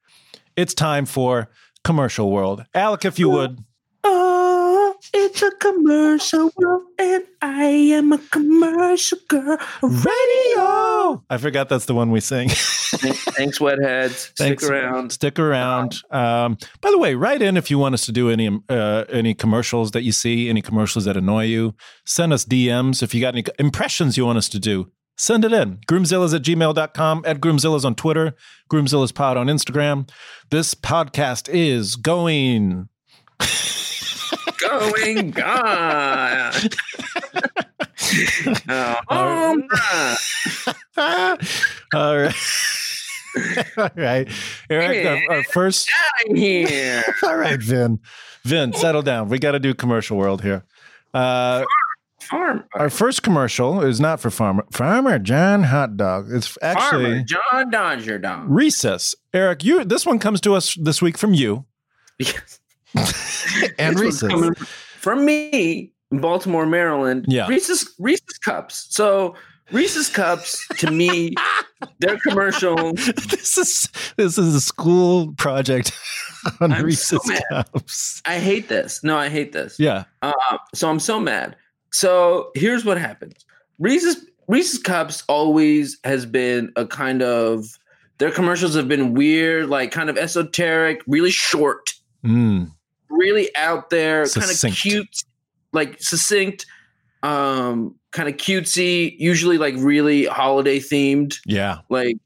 Speaker 3: it's time for commercial world. Alec, if you would.
Speaker 2: Oh, it's a commercial world, and I am a commercial girl.
Speaker 3: Radio. I forgot that's the one we sing.
Speaker 2: Thanks, wetheads. Stick
Speaker 3: Thanks.
Speaker 2: around.
Speaker 3: Stick around. Um, by the way, write in if you want us to do any uh, any commercials that you see, any commercials that annoy you. Send us DMs if you got any impressions you want us to do. Send it in. Groomzillas at gmail.com, at Groomzillas on Twitter, Groomzillas Pod on Instagram. This podcast is going
Speaker 2: Going gone. oh, my.
Speaker 3: All right. All right. Eric, our, our first.
Speaker 2: I'm here.
Speaker 3: All right, Vin. Vin, settle down. We got to do commercial world here. Uh,
Speaker 2: Farm,
Speaker 3: our first commercial is not for Farmer Farmer John Hot Dog. It's
Speaker 2: farmer
Speaker 3: actually
Speaker 2: John Dodger Dog.
Speaker 3: Recess. Eric, you this one comes to us this week from you
Speaker 2: Yes.
Speaker 3: and
Speaker 2: This one's
Speaker 3: Recess.
Speaker 2: coming From me in Baltimore, Maryland,
Speaker 3: Yeah.
Speaker 2: Reese's Reese's cups. So Reese's cups to me, their commercial.
Speaker 3: This is this is a school project on
Speaker 2: I'm so
Speaker 3: Reese's
Speaker 2: mad.
Speaker 3: Cups.
Speaker 2: I hate this. No, I hate this.
Speaker 3: Yeah.
Speaker 2: Uh, so I'm so mad. So here's what happens. Reese's Reese's Cups always has been a kind of their commercials have been weird, like kind of esoteric, really short,
Speaker 3: Mm.
Speaker 2: really out there, kind of
Speaker 3: Succinct.
Speaker 2: cute, like succinct, um, kind of cutesy, usually like really holiday themed,
Speaker 3: Yeah.
Speaker 2: like.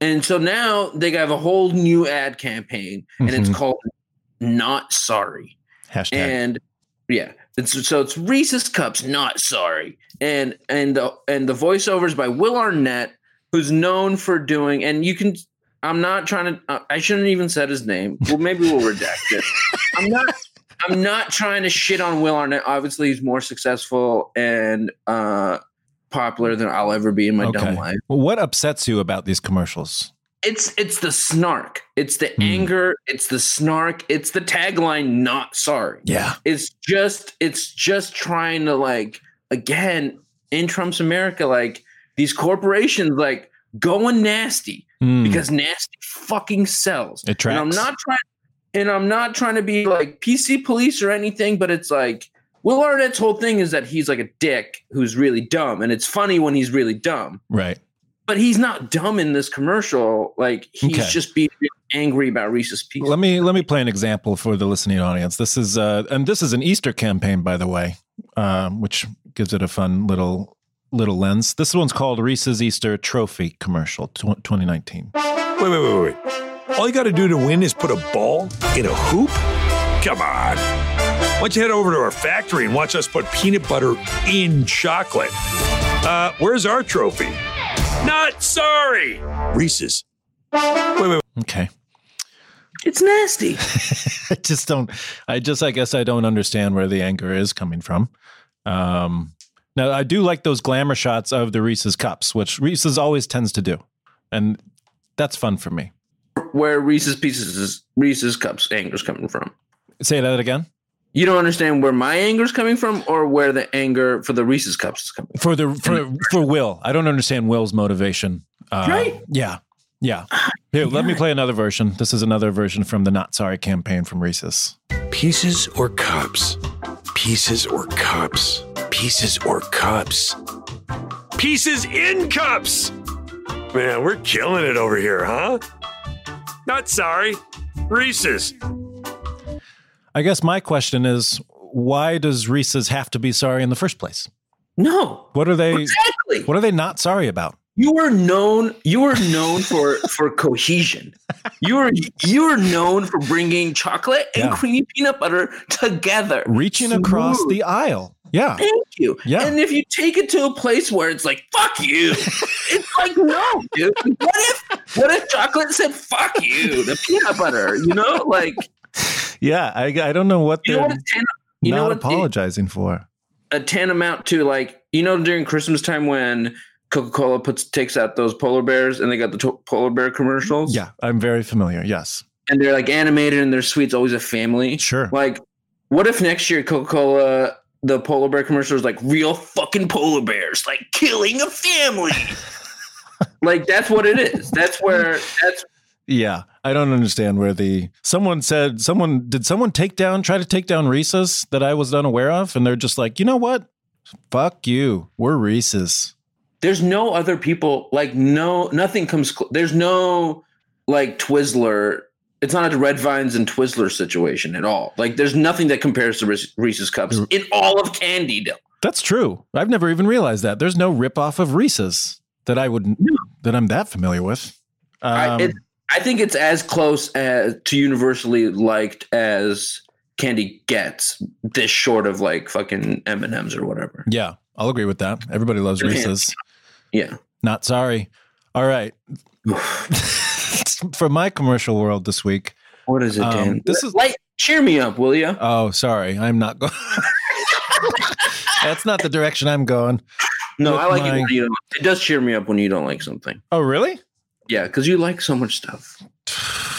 Speaker 2: And so now they have a whole new ad campaign, and it's
Speaker 3: Mhm.
Speaker 2: called "Not Sorry."
Speaker 3: Hashtag.
Speaker 2: and yeah it's, so it's reese's cups not sorry and and the and the voiceovers by will arnett who's known for doing and you can i'm not trying to uh, i shouldn't even said his name well maybe we'll redact it i'm not i'm not trying to shit on will arnett obviously he's more successful and uh popular than i'll ever be in my
Speaker 3: Okay.
Speaker 2: dumb life
Speaker 3: Well, what upsets you about these commercials?
Speaker 2: it's it's the snark it's the
Speaker 3: Hmm.
Speaker 2: anger it's the snark it's the tagline not sorry
Speaker 3: Yeah.
Speaker 2: it's just it's just trying to like again in Trump's America like these corporations like going nasty
Speaker 3: Mm.
Speaker 2: because nasty fucking sells.
Speaker 3: It
Speaker 2: And I'm
Speaker 3: tracks.
Speaker 2: not trying and I'm not trying to be like PC police or anything, but it's like Will Arnett's whole thing is that he's like a dick who's really dumb, and it's funny when he's really dumb.
Speaker 3: right.
Speaker 2: But he's not dumb in this commercial. Like he's
Speaker 3: Okay.
Speaker 2: just being angry about Reese's Pieces.
Speaker 3: Let me let me play an example for the listening audience. This is uh, and this is an Easter campaign, by the way, um, which gives it a fun little little lens. This one's called Reese's Easter Trophy Commercial tw- 2019.
Speaker 6: Wait, wait, wait, wait. All you got to do to win is put a ball in a hoop? Come on. Why don't you head over to our factory and watch us put peanut butter in chocolate? Uh, where's our trophy? Not sorry. Reese's.
Speaker 3: Okay,
Speaker 2: it's nasty.
Speaker 3: I just don't. I just I guess I don't understand where the anger is coming from. Um, now I do like those glamour shots of the Reese's cups, which Reese's always tends to do, and that's fun for me.
Speaker 2: Where Reese's Pieces is Reese's Cups anger's coming from.
Speaker 3: Say that again.
Speaker 2: you don't understand where my anger is coming from or where the anger for the Reese's cups is coming from.
Speaker 3: for the for for Will. I don't understand Will's motivation. Uh,
Speaker 2: Right.
Speaker 3: Yeah. Yeah. Here, let me play another version. This is another version from the Not Sorry campaign from Reese's.
Speaker 6: Pieces or cups? Pieces or cups? Pieces or cups? Pieces in cups! Man, we're killing it over here, huh? Not sorry. Reese's.
Speaker 3: I guess my question is, why does Reese's have to be sorry in the first place?
Speaker 2: No.
Speaker 3: What are they?
Speaker 2: Exactly.
Speaker 3: What are they not sorry about?
Speaker 2: You are known you are known for for cohesion. You are you are known for bringing chocolate and
Speaker 3: Yeah.
Speaker 2: creamy peanut butter together.
Speaker 3: Reaching across
Speaker 2: Smooth.
Speaker 3: the aisle. Yeah.
Speaker 2: Thank you.
Speaker 3: Yeah.
Speaker 2: And if you take it to a place where it's like fuck you, it's like no, dude. What if what if chocolate said fuck you, the peanut butter? You know, like
Speaker 3: Yeah. I, I don't know what
Speaker 2: you know
Speaker 3: they're.
Speaker 2: what a ten You know
Speaker 3: not
Speaker 2: what?
Speaker 3: apologizing for.
Speaker 2: a tantamount to like you know during Christmas time when Coca Cola puts takes out those polar bears and they got the to- polar bear commercials.
Speaker 3: Yeah, I'm very familiar. Yes,
Speaker 2: and they're like animated and their sweet's always a family.
Speaker 3: sure.
Speaker 2: Like, what if next year Coca Cola the polar bear commercial is like real fucking polar bears like killing a family? like that's what it is. That's where that's
Speaker 3: Yeah, I don't understand where the someone said someone did someone take down try to take down Reese's that I was unaware of, and they're just like, you know what? Fuck you. We're Reese's.
Speaker 2: there's no other people like no nothing comes cl- there's no like Twizzler. It's not a Red Vines and Twizzler situation at all. Like, there's nothing that compares to Reese- Reese's cups
Speaker 3: Mm.
Speaker 2: in all of candy. Though.
Speaker 3: That's true. I've never even realized that. There's no ripoff of Reese's that I would that I'm that familiar with. Um,
Speaker 2: I, it, I think it's as close as to universally liked as candy gets. This short of like fucking M and M's or whatever.
Speaker 3: yeah, I'll agree with that. Everybody loves
Speaker 2: Your
Speaker 3: Reese's.
Speaker 2: Yeah.
Speaker 3: Not sorry. All right. For my commercial world this week.
Speaker 2: What is it,
Speaker 3: Um,
Speaker 2: Dan?
Speaker 3: this is-
Speaker 2: like cheer me up, will you?
Speaker 3: Oh, sorry. I'm not going. That's not the direction I'm going.
Speaker 2: No, I like
Speaker 3: my-
Speaker 2: it when you. Don't. It does cheer me up when you don't like something.
Speaker 3: Oh, really?
Speaker 2: Yeah, because you like so much stuff.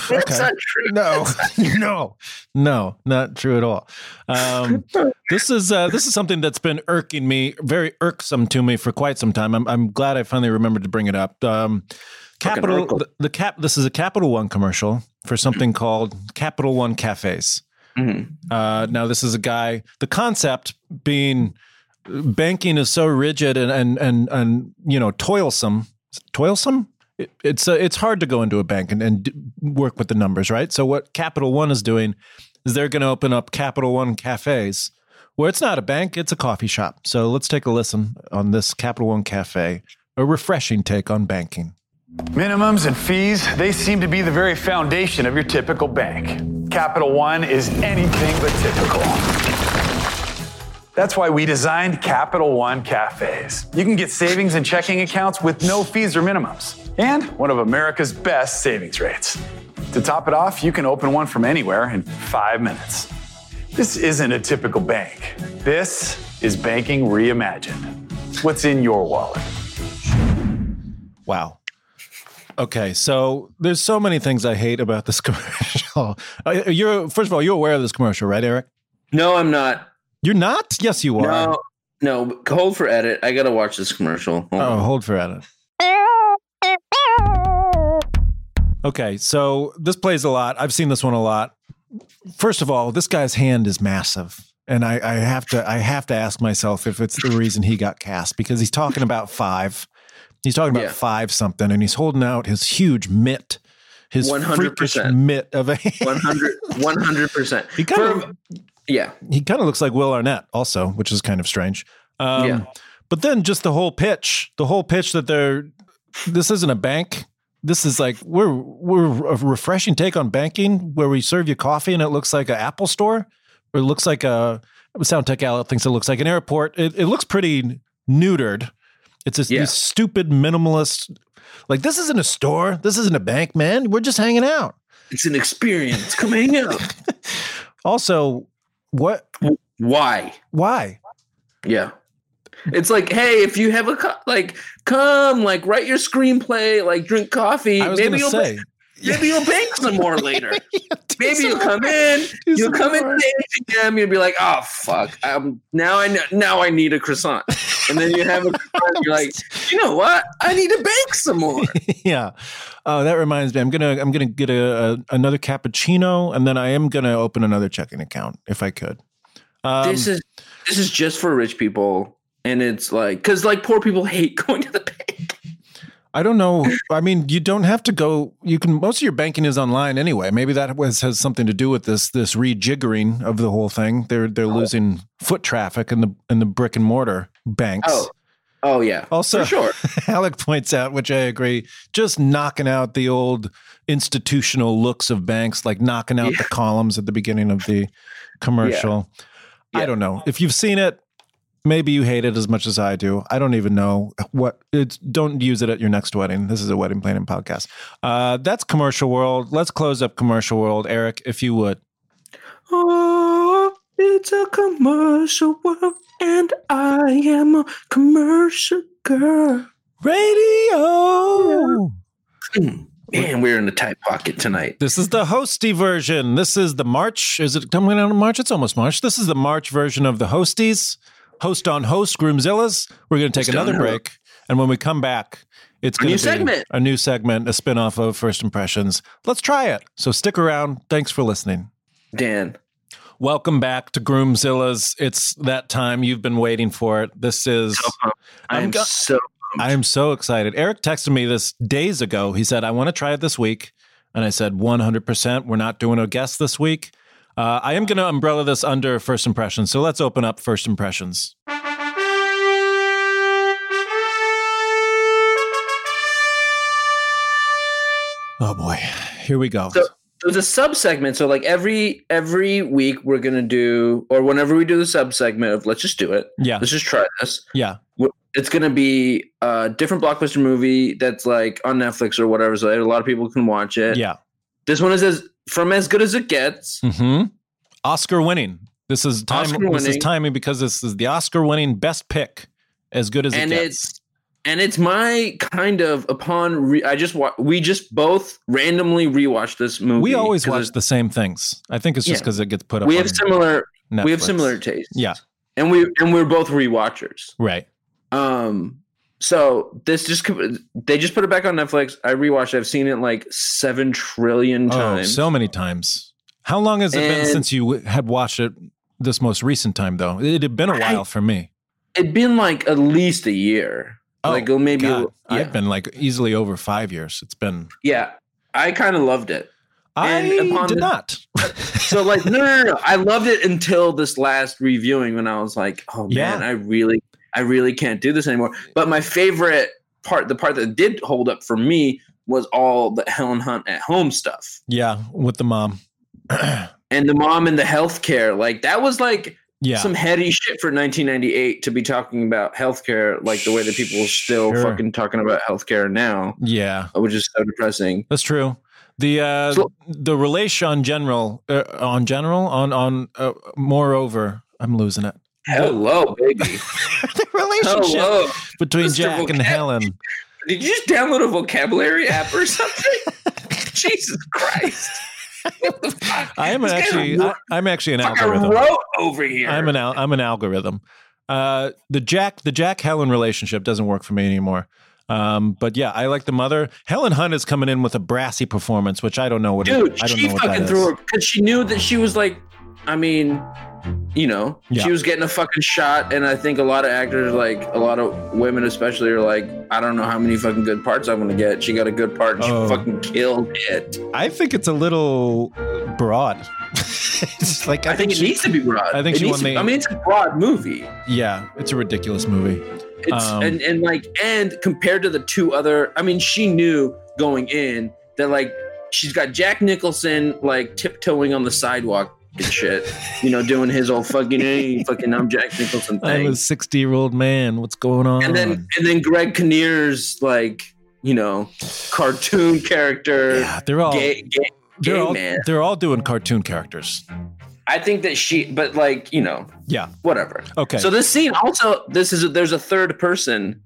Speaker 2: That's not true.
Speaker 3: No, no, no, not true at all. Um, this is uh, this is something that's been irking me, very irksome to me for quite some time. I'm, I'm glad I finally remembered to bring it up. Um,
Speaker 2: Fucking
Speaker 3: capital
Speaker 2: Urkel.
Speaker 3: the, the cap. This is a Capital One commercial for something called Capital One Cafes.
Speaker 2: Mhm.
Speaker 3: Uh, now, this is a guy. The concept being banking is so rigid and and and and you know toilsome, toilsome. It, it's uh, it's hard to go into a bank and, and d- work with the numbers, right? So what Capital One is doing is they're going to open up Capital One cafes, where it's not a bank, it's a coffee shop. So let's take a listen on this Capital One cafe, a refreshing take on banking.
Speaker 7: Minimums and fees, they seem to be the very foundation of your typical bank. Capital One is anything but typical. That's why we designed Capital One cafes. You can get savings and checking accounts with no fees or minimums, and one of America's best savings rates. To top it off, you can open one from anywhere in five minutes. This isn't a typical bank. This is banking reimagined. What's in your wallet?
Speaker 3: Wow. Okay, so there's so many things I hate about this commercial. Uh, You're first of all, you're aware of this commercial, right, Eric?
Speaker 2: No, I'm not.
Speaker 3: You're not? Yes, you are.
Speaker 2: No, no. Hold for edit. I gotta watch this commercial. Hold
Speaker 3: Oh,
Speaker 2: on.
Speaker 3: hold for edit. Okay, so this plays a lot. I've seen this one a lot. First of all, this guy's hand is massive. And I, I have to I have to ask myself if it's the reason he got cast because he's talking about five. He's talking about
Speaker 2: Yeah.
Speaker 3: five something and he's holding out his huge mitt. His 100%
Speaker 2: 100%.
Speaker 3: mitt of a hand.
Speaker 2: 100 percent.
Speaker 3: He kind of
Speaker 2: yeah,
Speaker 3: he kind of looks like Will Arnett also, which is kind of strange. Um,
Speaker 2: Yeah.
Speaker 3: But then just the whole pitch, the whole pitch that they're this isn't a bank. This is like we're we're a refreshing take on banking where we serve you coffee and it looks like an Apple store or it looks like a Sound Tech Outlet thinks it looks like an airport. It, it looks pretty neutered. It's just
Speaker 2: Yeah.
Speaker 3: these stupid minimalist. Like this isn't a store. This isn't a bank, man. We're just hanging out.
Speaker 2: it's an experience. Come hang out.
Speaker 3: Also, what?
Speaker 2: Why?
Speaker 3: Why?
Speaker 2: Yeah. It's like, hey, if you have a co- like, come, like, write your screenplay, like, drink coffee.
Speaker 3: I was
Speaker 2: Maybe
Speaker 3: going to
Speaker 2: you'll
Speaker 3: say.
Speaker 2: maybe you'll bank some more later. maybe you'll come in, you'll
Speaker 3: some
Speaker 2: come in
Speaker 3: more.
Speaker 2: at 8 a.m. You'll be like, oh fuck, um, now I know, now I need a croissant. And then you have a croissant, you're like, you know what? I need to bank some more.
Speaker 3: yeah. Oh, that reminds me. I'm gonna I'm gonna get a, a another cappuccino, and then I am gonna open another checking account if I could. Um,
Speaker 2: this is this is just for rich people, and it's like, because like poor people hate going to the bank.
Speaker 3: I don't know. I mean, you don't have to go. You can. Most of your banking is online anyway. Maybe that was has something to do with this this rejiggering of the whole thing. They're they're
Speaker 2: Oh.
Speaker 3: losing foot traffic in the in the brick and mortar banks.
Speaker 2: Oh, oh yeah, for
Speaker 3: Also-
Speaker 2: sure.
Speaker 3: Alec points out, which I agree, just knocking out the old institutional looks of banks, like knocking out the columns at the beginning of the commercial. I
Speaker 2: Yeah.
Speaker 3: don't know. If you've seen it, maybe you hate it as much as I do. I don't even know what it's don't use it at your next wedding. This is a wedding planning podcast. Uh, that's commercial world. Let's close up commercial world. Eric, if you would.
Speaker 2: Oh, It's a commercial world, and I am a commercial girl.
Speaker 3: Radio.
Speaker 2: Man, we're in a tight pocket tonight.
Speaker 3: This is the hosty version. This is the March. Is it coming out in March? It's almost March. This is the March version of the hosties. Host on host, Groomzillas. We're going to take
Speaker 2: Host on
Speaker 3: another
Speaker 2: Host.
Speaker 3: break. And when we come back, it's going
Speaker 2: new
Speaker 3: to be
Speaker 2: segment.
Speaker 3: a new segment, a spin off of First Impressions. Let's try it. So stick around. Thanks for listening.
Speaker 2: Dan,
Speaker 3: Welcome back to Groomzillas. It's that time you've been waiting for it. This is.
Speaker 2: I
Speaker 3: I'm
Speaker 2: am
Speaker 3: go-
Speaker 2: so
Speaker 3: I am so excited. Eric texted me this days ago. He said, I want to try it this week. And I said, 100%. We're not doing a guest this week. Uh, I am going to umbrella this under first impressions. So let's open up first impressions. Oh boy, here we go.
Speaker 2: So- it was a sub segment. So like every every week we're gonna do, or whenever we do the sub segment of let's just do it.
Speaker 3: yeah,
Speaker 2: Let's just try this.
Speaker 3: yeah,
Speaker 2: It's gonna be a different blockbuster movie that's like on Netflix or whatever, so a lot of people can watch it.
Speaker 3: yeah.
Speaker 2: This one is as from as good as it gets.
Speaker 3: hmm Oscar winning. This is time.
Speaker 2: Oscar
Speaker 3: This is
Speaker 2: winning.
Speaker 3: timing because this is the Oscar winning best pick, as good as
Speaker 2: and
Speaker 3: it gets.
Speaker 2: it's and it's my kind of upon re- I just wa- we just both randomly rewatched this movie.
Speaker 3: We always
Speaker 2: 'cause
Speaker 3: watch the same things. I think it's just
Speaker 2: Yeah.
Speaker 3: because it gets put up.
Speaker 2: we
Speaker 3: on
Speaker 2: have similar we have
Speaker 3: Netflix.
Speaker 2: similar tastes.
Speaker 3: Yeah.
Speaker 2: And we and we're both rewatchers.
Speaker 3: Right.
Speaker 2: Um so this just co- they just put it back on Netflix. I rewatched it. I've seen it like 7 trillion
Speaker 3: Oh,
Speaker 2: times.
Speaker 3: so many times. How long has it been
Speaker 2: And-
Speaker 3: since you w- had watched it? This most recent time, though, it had been a
Speaker 2: I-
Speaker 3: while for me.
Speaker 2: It'd been like at least a year.
Speaker 3: Oh,
Speaker 2: like maybe
Speaker 3: God,
Speaker 2: yeah.
Speaker 3: I've been like easily over five years. It's been.
Speaker 2: yeah. I kind of loved it. And
Speaker 3: I
Speaker 2: upon
Speaker 3: did
Speaker 2: the-
Speaker 3: not.
Speaker 2: So like no, no no no I loved it until this last reviewing when I was like oh man
Speaker 3: Yeah.
Speaker 2: I really I really can't do this anymore. But my favorite part the part that did hold up for me was all the Helen Hunt at home stuff
Speaker 3: yeah, with the mom.
Speaker 2: and the mom and the healthcare like that was like
Speaker 3: Yeah.
Speaker 2: some heady shit for 1998 to be talking about healthcare like the way that people are still
Speaker 3: Sure.
Speaker 2: fucking talking about healthcare now
Speaker 3: yeah.
Speaker 2: which is so depressing.
Speaker 3: That's true. The uh,
Speaker 2: So-
Speaker 3: the relation on general uh, on general on on uh, moreover I'm losing it.
Speaker 2: Hello baby. Oh,
Speaker 3: the relationship
Speaker 2: Hello.
Speaker 3: between
Speaker 2: Mr.
Speaker 3: Jack and
Speaker 2: Vocab-
Speaker 3: Helen.
Speaker 2: Did you just download a vocabulary app or something? Jesus Christ. What the fuck?
Speaker 3: I am
Speaker 2: This guy's
Speaker 3: actually
Speaker 2: a
Speaker 3: I, I'm actually an
Speaker 2: fucking
Speaker 3: algorithm.
Speaker 2: rote over here.
Speaker 3: I'm an al- I'm an algorithm. Uh, the Jack the Jack Helen relationship doesn't work for me anymore. Um, but yeah, I like the mother. Helen Hunt is coming in with a brassy performance, which I don't know what
Speaker 2: Dude,
Speaker 3: I don't
Speaker 2: she
Speaker 3: know what that
Speaker 2: fucking
Speaker 3: is.
Speaker 2: threw her because she knew that she was like, I mean, you know,
Speaker 3: Yeah.
Speaker 2: she was getting a fucking shot. And I think a lot of actors, like a lot of women especially, are like, I don't know how many fucking good parts I'm going to get. She got a good part and
Speaker 3: Oh.
Speaker 2: she fucking killed it.
Speaker 3: I think it's a little broad. it's like
Speaker 2: I think it
Speaker 3: she-
Speaker 2: needs to be broad.
Speaker 3: I think
Speaker 2: It
Speaker 3: she
Speaker 2: needs
Speaker 3: won
Speaker 2: to be-
Speaker 3: the-
Speaker 2: I mean, it's a broad movie.
Speaker 3: yeah, it's a ridiculous movie.
Speaker 2: It's
Speaker 3: Um,
Speaker 2: and, and like and compared to the two other, I mean, she knew going in that like she's got Jack Nicholson like tiptoeing on the sidewalk and shit, you know, doing his old fucking hey, fucking I'm Jack Nicholson
Speaker 3: I'm a
Speaker 2: thing,
Speaker 3: 60 year old man. What's going on?
Speaker 2: and then and then Greg Kinnear's like you know cartoon character.
Speaker 3: yeah, they're all
Speaker 2: Gay, gay.
Speaker 3: they're
Speaker 2: gay
Speaker 3: all
Speaker 2: man.
Speaker 3: they're all doing cartoon characters.
Speaker 2: I think that she, but like you know,
Speaker 3: Yeah.
Speaker 2: whatever.
Speaker 3: Okay.
Speaker 2: So this scene also, this is there's a third person.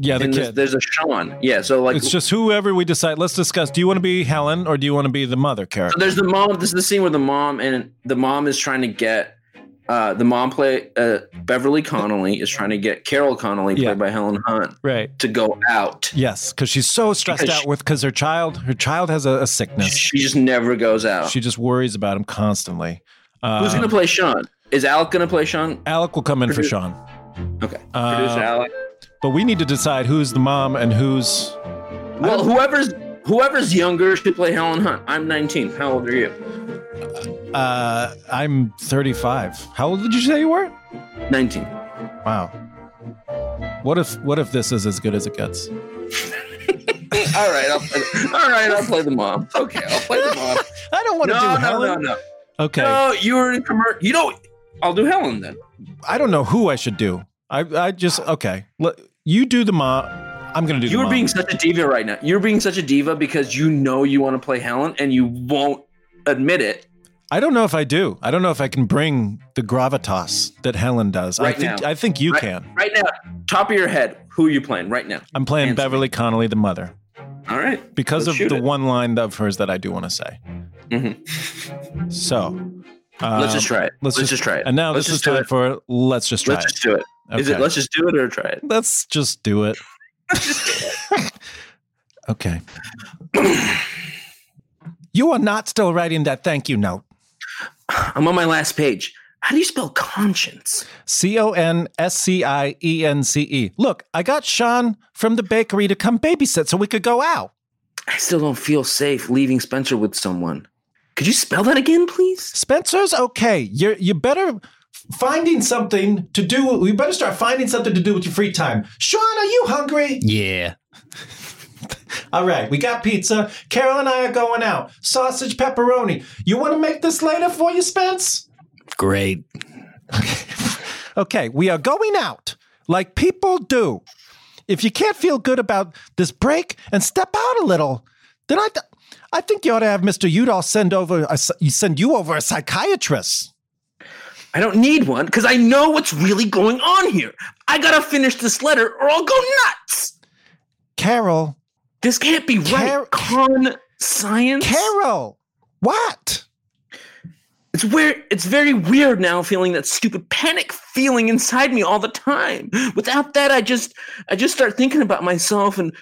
Speaker 3: yeah, the
Speaker 2: and there's,
Speaker 3: kid.
Speaker 2: there's a Sean. Yeah. So like
Speaker 3: it's just whoever we decide. Let's discuss. Do you want to be Helen or do you want to be the mother
Speaker 2: So
Speaker 3: character?
Speaker 2: there's the mom. This is the scene where the mom and the mom is trying to get uh, the mom play uh, Beverly Connolly is trying to get Carol Connolly played
Speaker 3: Yeah.
Speaker 2: by Helen Hunt
Speaker 3: Right.
Speaker 2: to go out.
Speaker 3: Yes, because she's so stressed
Speaker 2: Because
Speaker 3: out
Speaker 2: she-
Speaker 3: with because her child her child has a, a sickness.
Speaker 2: She just never goes out.
Speaker 3: She just worries about him constantly. Um,
Speaker 2: Who's gonna play Sean? Is Alec gonna play Sean?
Speaker 3: Alec will come in for
Speaker 2: Produ-
Speaker 3: Sean,
Speaker 2: Okay,
Speaker 3: Uh,
Speaker 2: producer Alec.
Speaker 3: but we need to decide who's the mom and who's.
Speaker 2: Well, whoever's whoever's younger should play Helen Hunt. I'm 19. How old are you?
Speaker 3: Uh, I'm 35. How old did you say you were?
Speaker 2: 19.
Speaker 3: Wow. What if what if this is as good as it gets?
Speaker 2: All right, I'll play the, all right. I'll play the mom. Okay, I'll play the mom.
Speaker 3: I don't want to
Speaker 2: No,
Speaker 3: do
Speaker 2: no,
Speaker 3: Helen.
Speaker 2: no, no.
Speaker 3: Okay,
Speaker 2: No, you were in commercial. You know, I'll do Helen then.
Speaker 3: I don't know who I should do. I I just okay. Let, you do the mom. I'm gonna do. the
Speaker 2: You are
Speaker 3: mom.
Speaker 2: being such a diva right now. You're being such a diva because you know you want to play Helen and you won't admit it.
Speaker 3: I don't know if I do. I don't know if I can bring the gravitas that Helen does.
Speaker 2: Right
Speaker 3: I think
Speaker 2: now.
Speaker 3: I think you
Speaker 2: right,
Speaker 3: can.
Speaker 2: Right now, top of your head, who are you playing right now?
Speaker 3: I'm playing
Speaker 2: Answer.
Speaker 3: Beverly Connolly, the mother,
Speaker 2: All right.
Speaker 3: because
Speaker 2: Let's
Speaker 3: of
Speaker 2: shoot
Speaker 3: the
Speaker 2: it.
Speaker 3: one line of hers that I do want to say. So um,
Speaker 2: Mm-hmm. Let's just try it. Let's, just, try it.
Speaker 3: And now
Speaker 2: Let's
Speaker 3: this is
Speaker 2: just do
Speaker 3: time
Speaker 2: it.
Speaker 3: for let's just try
Speaker 2: Let's
Speaker 3: it.
Speaker 2: just do it. Is it
Speaker 3: Okay.
Speaker 2: let's just do it or try it?
Speaker 3: Let's just do it. okay. you are not still writing that thank you note.
Speaker 2: I'm on my last page. How do you spell conscience?
Speaker 3: C O N S C I E N C E. Look, I got Sean from the bakery to come babysit so we could go out.
Speaker 2: I still don't feel safe leaving Spencer with someone. Could you spell that again, please?
Speaker 3: Spencer's okay. You're you better finding something to do. You better start finding something to do with your free time. Sean, are you hungry?
Speaker 5: Yeah.
Speaker 3: All right, we got pizza. Carol and I are going out. Sausage pepperoni. You want to make this later for you, Spence?
Speaker 5: Great.
Speaker 3: Okay, we are going out like people do. If you can't feel good about this break and step out a little, then I, th- I think you ought to have Mr. Udall send over a, psy- send you over a psychiatrist.
Speaker 2: I don't need one because I know what's really going on here. I gotta finish this letter or I'll go nuts.
Speaker 3: Carol,
Speaker 2: This can't be
Speaker 3: Car-
Speaker 2: right. Con science.
Speaker 3: Carol, what?
Speaker 2: It's weird. It's very weird now, feeling that stupid panic feeling inside me all the time. Without that, I just, I just start thinking about myself and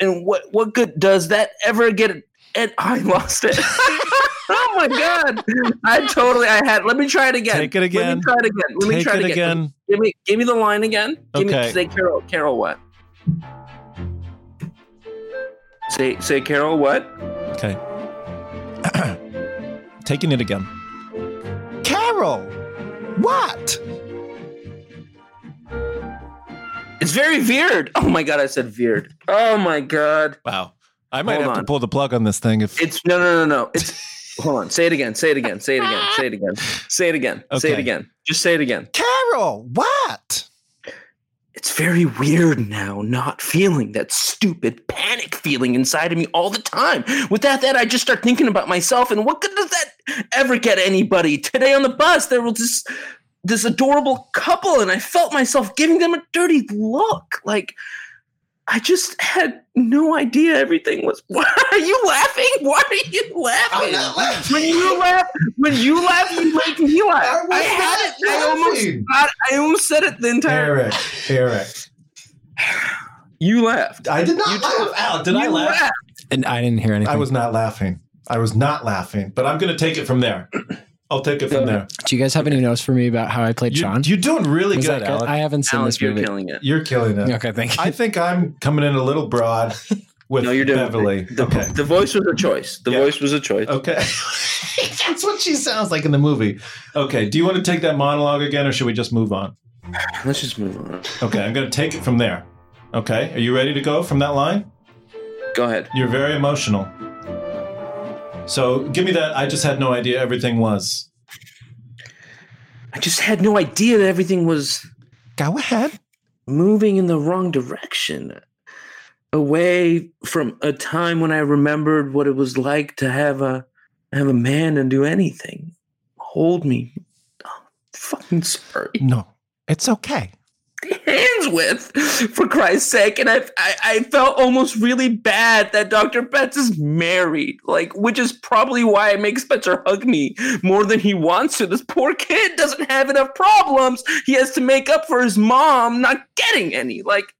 Speaker 2: and what what good does that ever get? And I lost it. oh my god! I totally. I had. Let me try it again.
Speaker 3: Take it
Speaker 2: Let
Speaker 3: again.
Speaker 2: me try it again. Let me
Speaker 3: Take
Speaker 2: try
Speaker 3: it
Speaker 2: it again.
Speaker 3: again.
Speaker 2: Give me, give me the line again. Give
Speaker 3: Okay.
Speaker 2: me say Carol. Carol what? Say say Carol what?
Speaker 3: Okay. Taking it again. Carol, what?
Speaker 2: It's very veered. Oh my god! I said veered. Oh my god.
Speaker 3: Wow. I might
Speaker 2: Hold
Speaker 3: have to
Speaker 2: on.
Speaker 3: pull the plug on this thing if
Speaker 2: It's no, no, no, no. It's hold on. Say it again. Say it again. Say it again. Say it again. Say it again. Say it
Speaker 3: Okay.
Speaker 2: again. Just say it again.
Speaker 3: Carol, what?
Speaker 2: It's very weird now, not feeling that stupid panic feeling inside of me all the time. Without that, I just start thinking about myself and what good does that ever get anybody? Today on the bus, there was this this adorable couple, and I felt myself giving them a dirty look. Like I just had no idea everything was. Why are you laughing? Why are you laughing? When you laugh, when you laugh, you make me laugh. I, had it. I almost, got it. I almost said it the entire
Speaker 3: Eric, Eric.
Speaker 2: you laughed.
Speaker 3: I did not laugh out. Did I
Speaker 2: You
Speaker 3: laugh?
Speaker 2: laughed.
Speaker 5: And I didn't hear anything.
Speaker 3: I was not laughing. I was not laughing, but I'm going to take it from there. I'll take it from there.
Speaker 5: Do you guys have any notes for me about how I played
Speaker 3: You,
Speaker 5: Sean?
Speaker 3: you're doing really
Speaker 5: Was
Speaker 3: good,
Speaker 5: that good?
Speaker 3: Alec.
Speaker 5: I haven't seen
Speaker 2: Alex,
Speaker 5: this
Speaker 2: you're
Speaker 5: movie.
Speaker 2: killing it.
Speaker 3: you're killing it.
Speaker 5: Okay, thank you.
Speaker 3: I think I'm coming in a little broad with
Speaker 2: No, you're doing
Speaker 3: Beverly.
Speaker 2: it. The,
Speaker 3: okay.
Speaker 2: the voice was a choice. The
Speaker 3: Yeah.
Speaker 2: voice was a choice.
Speaker 3: Okay. That's what she sounds like in the movie. Okay. Do you want to take that monologue again or should we just move on?
Speaker 2: Let's just move on.
Speaker 3: Okay. I'm going to take it from there. Okay. Are you ready to go from that line?
Speaker 2: Go ahead.
Speaker 3: You're very emotional. So give me that. I just had no idea everything was.
Speaker 2: I just had no idea that everything was
Speaker 3: Go ahead.
Speaker 2: moving in the wrong direction. Away from a time when I remembered what it was like to have a have a man and do anything. Hold me. Oh, fucking sorry.
Speaker 3: No, it's okay.
Speaker 2: hands with, for Christ's sake. And I, I, I felt almost really bad that Dr. Betts is married, like, which is probably why I make Spencer hug me more than he wants to. This poor kid doesn't have enough problems. He has to make up for his mom not getting any. Like,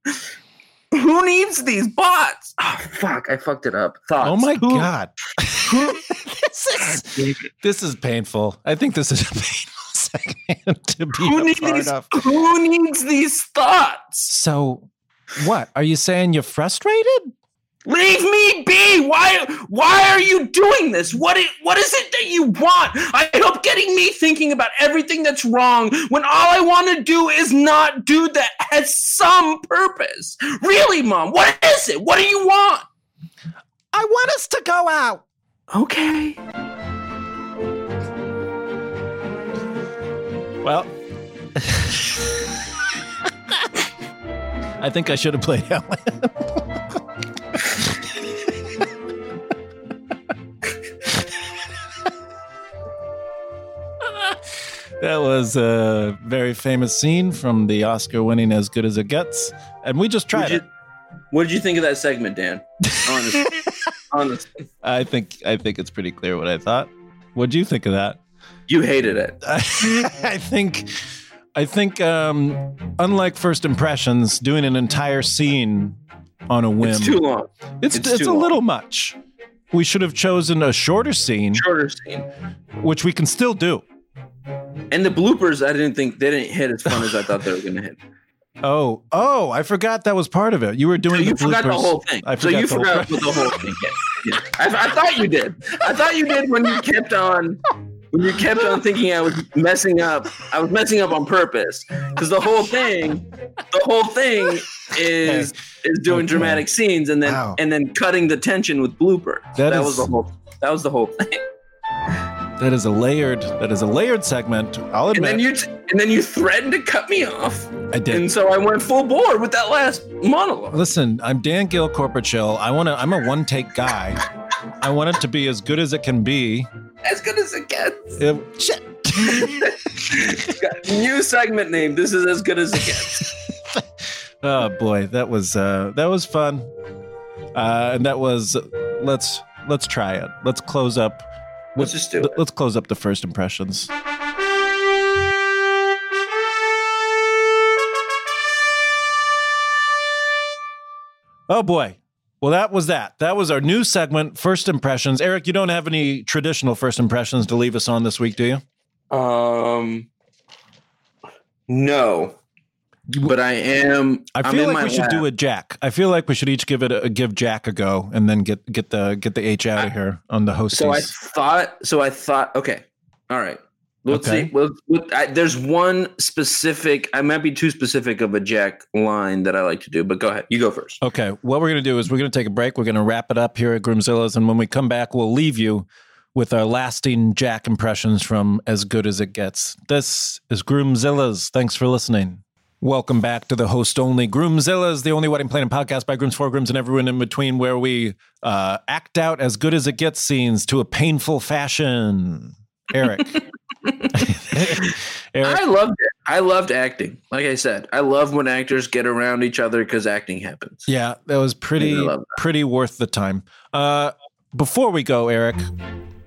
Speaker 2: who needs these bots? Oh, fuck. I fucked it up. Thoughts.
Speaker 3: Oh my
Speaker 2: Who-
Speaker 3: god. this is this is painful. I think this is a painful segment to
Speaker 2: Who
Speaker 3: be a
Speaker 2: needs,
Speaker 3: part
Speaker 2: these,
Speaker 3: of.
Speaker 2: who needs these thoughts?
Speaker 3: So what? Are you saying you're frustrated?
Speaker 2: Leave me be! Why why are you doing this? What is, what is it that you want? I hope getting me thinking about everything that's wrong when all I want to do is not do that has some purpose. Really, mom, what is it? What do you want?
Speaker 3: I want us to go out.
Speaker 2: Okay.
Speaker 3: Well I think I should have played Helen. That was a very famous scene from the Oscar winning As Good as It Gets. And we just tried
Speaker 2: Would you-
Speaker 3: it.
Speaker 2: What did you think of that segment, Dan? Honestly, honestly,
Speaker 3: I think I think it's pretty clear what I thought. What'd you think of that?
Speaker 2: you hated it.
Speaker 3: I, think I think um, unlike first impressions, doing an entire scene on a whim
Speaker 2: It's too long.
Speaker 3: it's,
Speaker 2: it's
Speaker 3: it's
Speaker 2: too
Speaker 3: a
Speaker 2: long.
Speaker 3: little much. We should have chosen a shorter scene,
Speaker 2: Shorter scene.
Speaker 3: which we can still do.
Speaker 2: And the bloopers, I didn't think they didn't hit as fun as I thought they were going to hit.
Speaker 3: Oh, oh, I forgot that was part of it. You were doing
Speaker 2: So you
Speaker 3: the
Speaker 2: forgot the
Speaker 3: bloopers.
Speaker 2: whole thing.
Speaker 3: I
Speaker 2: so you
Speaker 3: forgot the whole-
Speaker 2: forgot the whole thing. Yeah. Yeah. I, I thought you did. I thought you did when you kept on when you kept on thinking I was messing up. I was messing up on purpose because the whole thing, the whole thing is is doing
Speaker 3: Okay.
Speaker 2: dramatic scenes and then
Speaker 3: Wow.
Speaker 2: and then cutting the tension with blooper.
Speaker 3: That
Speaker 2: That,
Speaker 3: is-
Speaker 2: was the whole. That was the whole thing.
Speaker 3: That is a layered. That is a layered segment. I'll
Speaker 2: And
Speaker 3: admit,
Speaker 2: then you t- and then you threatened to cut me off,
Speaker 3: I did.
Speaker 2: and so I went full bore with that last monologue.
Speaker 3: Listen, I'm Dan Gill, corporate chill. I want to. I'm a one take guy. I want it to be as good as it can be.
Speaker 2: As good as it gets.
Speaker 3: It- shit.
Speaker 2: New segment name. This is as good as it gets.
Speaker 3: Oh boy, that was uh, that was fun, uh, and that was let's let's try it. Let's close up.
Speaker 2: Let's just do it.
Speaker 3: Let's close up the first impressions. Oh boy. Well, that was that. That was our new segment, First Impressions. Eric, you don't have any traditional first impressions to leave us on this week, do you?
Speaker 2: Um, no, but I am.
Speaker 3: I
Speaker 2: I'm
Speaker 3: feel
Speaker 2: in
Speaker 3: like
Speaker 2: my
Speaker 3: we should do
Speaker 2: lab.
Speaker 3: a Jack. I feel like we should each give it a give Jack a go and then get get the get the H out of here on the hostess.
Speaker 2: So I thought. So I thought. Okay. All right. Let's
Speaker 3: Okay.
Speaker 2: see. Well, well, I, there's one specific. I might be too specific of a Jack line that I like to do, but go ahead. You go first.
Speaker 3: Okay, what we're going to do is we're going to take a break. We're going to wrap it up here at Groomzilla's. And when we come back, we'll leave you with our lasting Jack impressions from As Good as It Gets. This is Groomzilla's. Thanks for listening. Welcome back to the host only Groomzilla's, the only wedding planning podcast by grooms for grooms and everyone in between, where we uh, act out as good as it gets scenes to a painful fashion. Eric. Eric,
Speaker 2: I loved it. I loved acting. Like I said, I love when actors get around each other because acting happens.
Speaker 3: Yeah, that was pretty
Speaker 2: I love that.
Speaker 3: pretty worth the time. Uh, before we go, Eric,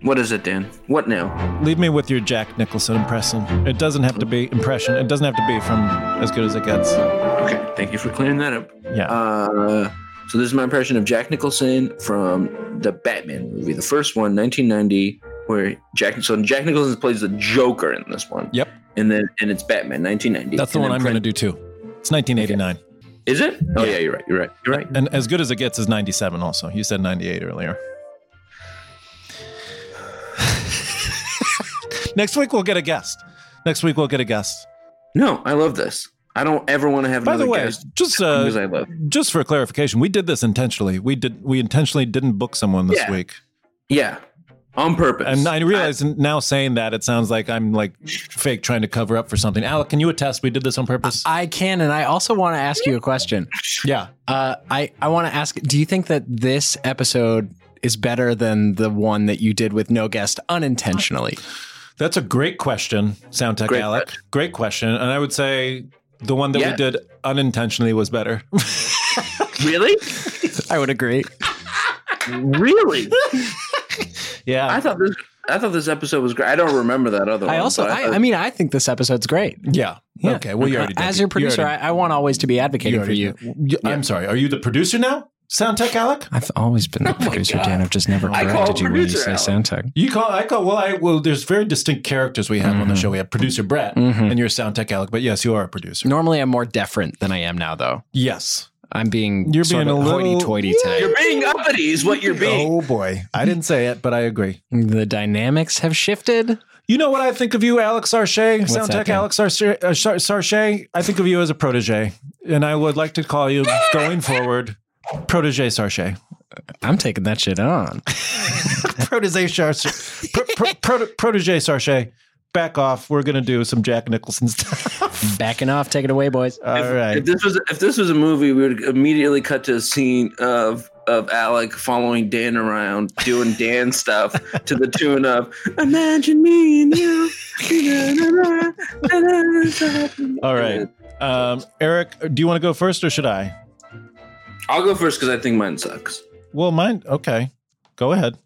Speaker 2: What is it, Dan? What now?
Speaker 3: leave me with your Jack Nicholson impression. It doesn't have to be impression. It doesn't have to be from as good as it gets.
Speaker 2: Okay. Thank you for clearing that up.
Speaker 3: Yeah.
Speaker 2: Uh, so this is my impression of Jack Nicholson from the Batman movie, the first one, 1990, where Jack so Jack Nicholson plays the Joker in this one.
Speaker 3: Yep.
Speaker 2: And then and it's Batman 1990.
Speaker 3: That's the
Speaker 2: And
Speaker 3: one
Speaker 2: then
Speaker 3: I'm going to do too. It's 1989.
Speaker 2: Prin- Is it? Oh yeah, you're right. You're right. You're right.
Speaker 3: And as good as it gets is 97 also. You said 98 earlier. Next week we'll get a guest. Next week we'll get a guest.
Speaker 2: No, I love this. I don't ever want to have
Speaker 3: By
Speaker 2: another
Speaker 3: the way,
Speaker 2: guest
Speaker 3: just
Speaker 2: because
Speaker 3: uh,
Speaker 2: I love.
Speaker 3: just for clarification, we did this intentionally. We did we intentionally didn't book someone this
Speaker 2: Yeah.
Speaker 3: week.
Speaker 2: Yeah. On purpose.
Speaker 3: And I realize now saying that it sounds like I'm like fake trying to cover up for something. Alec, can you attest we did this on purpose?
Speaker 5: I can, and I also want to ask you a question.
Speaker 3: yeah.
Speaker 5: Uh, I I want to ask: Do you think that this episode is better than the one that you did with no guest unintentionally?
Speaker 3: That's a great question, Sound Tech
Speaker 2: Great
Speaker 3: Alec. Great question. And I would say the one that
Speaker 2: Yeah.
Speaker 3: we did unintentionally was better.
Speaker 2: really?
Speaker 5: I would agree.
Speaker 2: really?
Speaker 3: yeah.
Speaker 2: I thought this I thought this episode was great. I don't remember that other one.
Speaker 5: I also,
Speaker 2: but
Speaker 5: I,
Speaker 2: thought-
Speaker 5: I mean, I think this episode's great.
Speaker 3: yeah. Uh,
Speaker 5: Yeah.
Speaker 3: Okay. Well, you already did.
Speaker 5: As
Speaker 3: it.
Speaker 5: your
Speaker 3: You
Speaker 5: producer,
Speaker 3: already-
Speaker 5: I, I want always to be advocating for
Speaker 3: already
Speaker 5: you.
Speaker 3: did it. I'm sorry. Are you the producer now, Sound Tech Alec?
Speaker 5: I've always been the producer, Dan. I've just never
Speaker 2: Oh I call
Speaker 5: corrected you when you
Speaker 2: producer
Speaker 5: say
Speaker 2: Alan.
Speaker 5: sound tech.
Speaker 3: You call. I call. Well, I well. There's very distinct characters we have on the show. We have producer Brett,
Speaker 5: Mhm.
Speaker 3: and you're Sound Tech Alec. But yes, you are a producer.
Speaker 5: Normally, I'm more deferent than I am now, though.
Speaker 3: Yes.
Speaker 5: I'm being
Speaker 3: You're
Speaker 5: sort
Speaker 3: being
Speaker 5: of
Speaker 3: a little-
Speaker 5: hoity-toity today.
Speaker 2: you're being uppity is what you're being.
Speaker 3: Oh boy, I didn't say it, but I agree.
Speaker 5: The dynamics have shifted.
Speaker 3: You know what I think of you, Alex Sarche, Sound
Speaker 5: that,
Speaker 3: Tech
Speaker 5: Dan?
Speaker 3: Alex Sarche, uh, Sar- Sarche. I think of you as a protege, and I would like to call you going forward, protege Sarche,
Speaker 5: I'm taking that shit on.
Speaker 3: protege Sarche, Pro- pro- proto- protege Sarche. Back off. We're gonna do some Jack Nicholson stuff.
Speaker 5: Backing off. Take it away, boys.
Speaker 3: All
Speaker 2: if,
Speaker 3: right.
Speaker 2: If this was if this was a movie, we would immediately cut to a scene of of Alec following Dan around, doing Dan stuff to the tune of "Imagine me and you."
Speaker 3: All right. Um, Eric, do you want to go first or should I?
Speaker 2: I'll go first because I think mine sucks.
Speaker 3: Well, mine. Okay. Go ahead.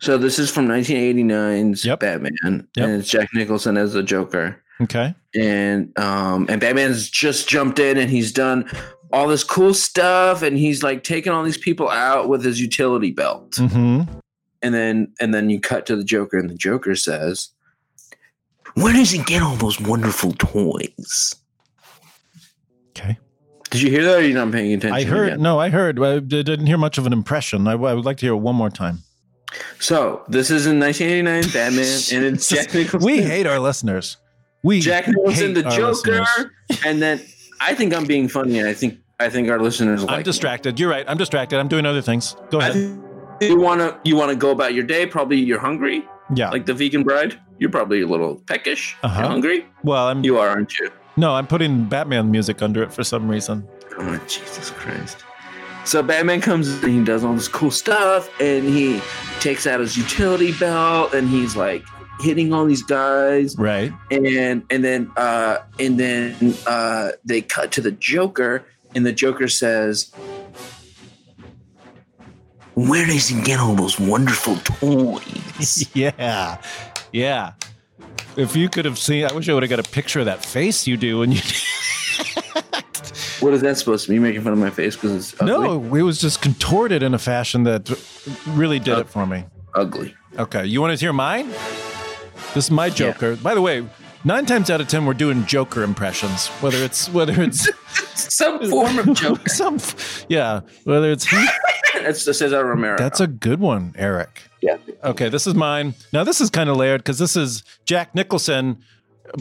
Speaker 2: So this is from 1989's
Speaker 3: Yep.
Speaker 2: Batman,
Speaker 3: Yep.
Speaker 2: and it's Jack Nicholson as the Joker.
Speaker 3: Okay.
Speaker 2: and um and Batman's just jumped in and he's done all this cool stuff and he's like taking all these people out with his utility belt.
Speaker 3: hmm
Speaker 2: And then and then you cut to the Joker and the Joker says, "Where does he get all those wonderful toys?"
Speaker 3: Okay.
Speaker 2: Did you hear that or you're not paying attention?
Speaker 3: I heard.
Speaker 2: again?
Speaker 3: No, I heard. I d- didn't hear much of an impression. I, I would like to hear it one more time.
Speaker 2: So, this is in 1989 Batman and it's Jack Nicholson.
Speaker 3: We hate our listeners. We
Speaker 2: Jack Nicholson
Speaker 3: hate
Speaker 2: the
Speaker 3: our
Speaker 2: Joker
Speaker 3: listeners.
Speaker 2: and then I think I'm being funny and I think I think our listeners
Speaker 3: I'm
Speaker 2: like me.
Speaker 3: distracted. You're right. I'm distracted. I'm doing other things. Go
Speaker 2: I
Speaker 3: ahead.
Speaker 2: think you want to you want to go about your day. Probably you're hungry,
Speaker 3: Yeah.
Speaker 2: like the vegan bride. You're probably a little peckish.
Speaker 3: Uh-huh.
Speaker 2: You're hungry.
Speaker 3: well, I'm
Speaker 2: You are, aren't you?
Speaker 3: no. I'm putting Batman music under it for some reason.
Speaker 2: Oh, Jesus Christ. So Batman comes and he does all this cool stuff and he takes out his utility belt and he's like hitting all these guys
Speaker 3: Right.
Speaker 2: and and then uh and then uh they cut to the Joker and the Joker says where does he get all those wonderful toys?
Speaker 3: Yeah. Yeah. If you could have seen, I wish I would have got a picture of that face you do when you.
Speaker 2: What is that supposed to be? You making fun of my face because it's ugly?
Speaker 3: No, it was just contorted in a fashion that really
Speaker 2: Uh,
Speaker 3: did it for me.
Speaker 2: Ugly.
Speaker 3: Okay, you want to hear mine? This is my Joker. By the way, nine times out of ten, we're doing Joker impressions. Whether it's whether it's
Speaker 2: Some form of joke.
Speaker 3: some, yeah, whether it's
Speaker 2: That's the Cesar Romero.
Speaker 3: that's a good one, Eric.
Speaker 2: yeah.
Speaker 3: Okay, this is mine. Now this is kind of layered because this is Jack Nicholson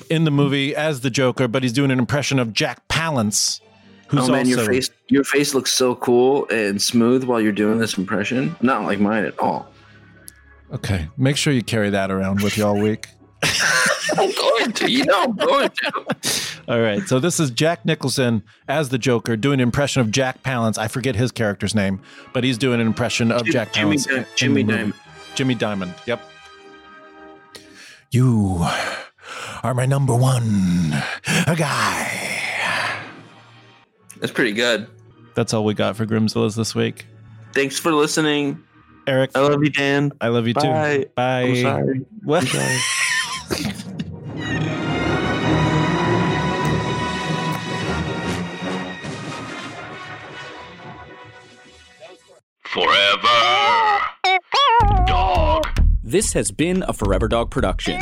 Speaker 3: in the movie as the Joker, but he's doing an impression of Jack Palance, who's
Speaker 2: Oh man, your
Speaker 3: also-
Speaker 2: face your face looks so cool and smooth while you're doing this impression. Not like mine at all.
Speaker 3: Okay, make sure you carry that around with you all week.
Speaker 2: I'm going to. You know I'm going to.
Speaker 3: All right. So this is Jack Nicholson as the Joker doing an impression of Jack Palance. I forget his character's name, but he's doing an impression of
Speaker 2: Jim-
Speaker 3: Jack
Speaker 2: Jimmy
Speaker 3: Palance.
Speaker 2: Di-
Speaker 3: in the
Speaker 2: Jimmy
Speaker 3: movie.
Speaker 2: Diamond.
Speaker 3: Jimmy Diamond. Yep. You are my number one guy.
Speaker 2: That's pretty good.
Speaker 3: That's all we got for Grimzilla's this week.
Speaker 2: Thanks for listening.
Speaker 3: Eric,
Speaker 2: I love you, Dan.
Speaker 3: I love you
Speaker 2: Bye.
Speaker 3: too. Bye.
Speaker 2: I'm sorry.
Speaker 3: What?
Speaker 1: Forever Dog.
Speaker 8: This has been a Forever Dog production.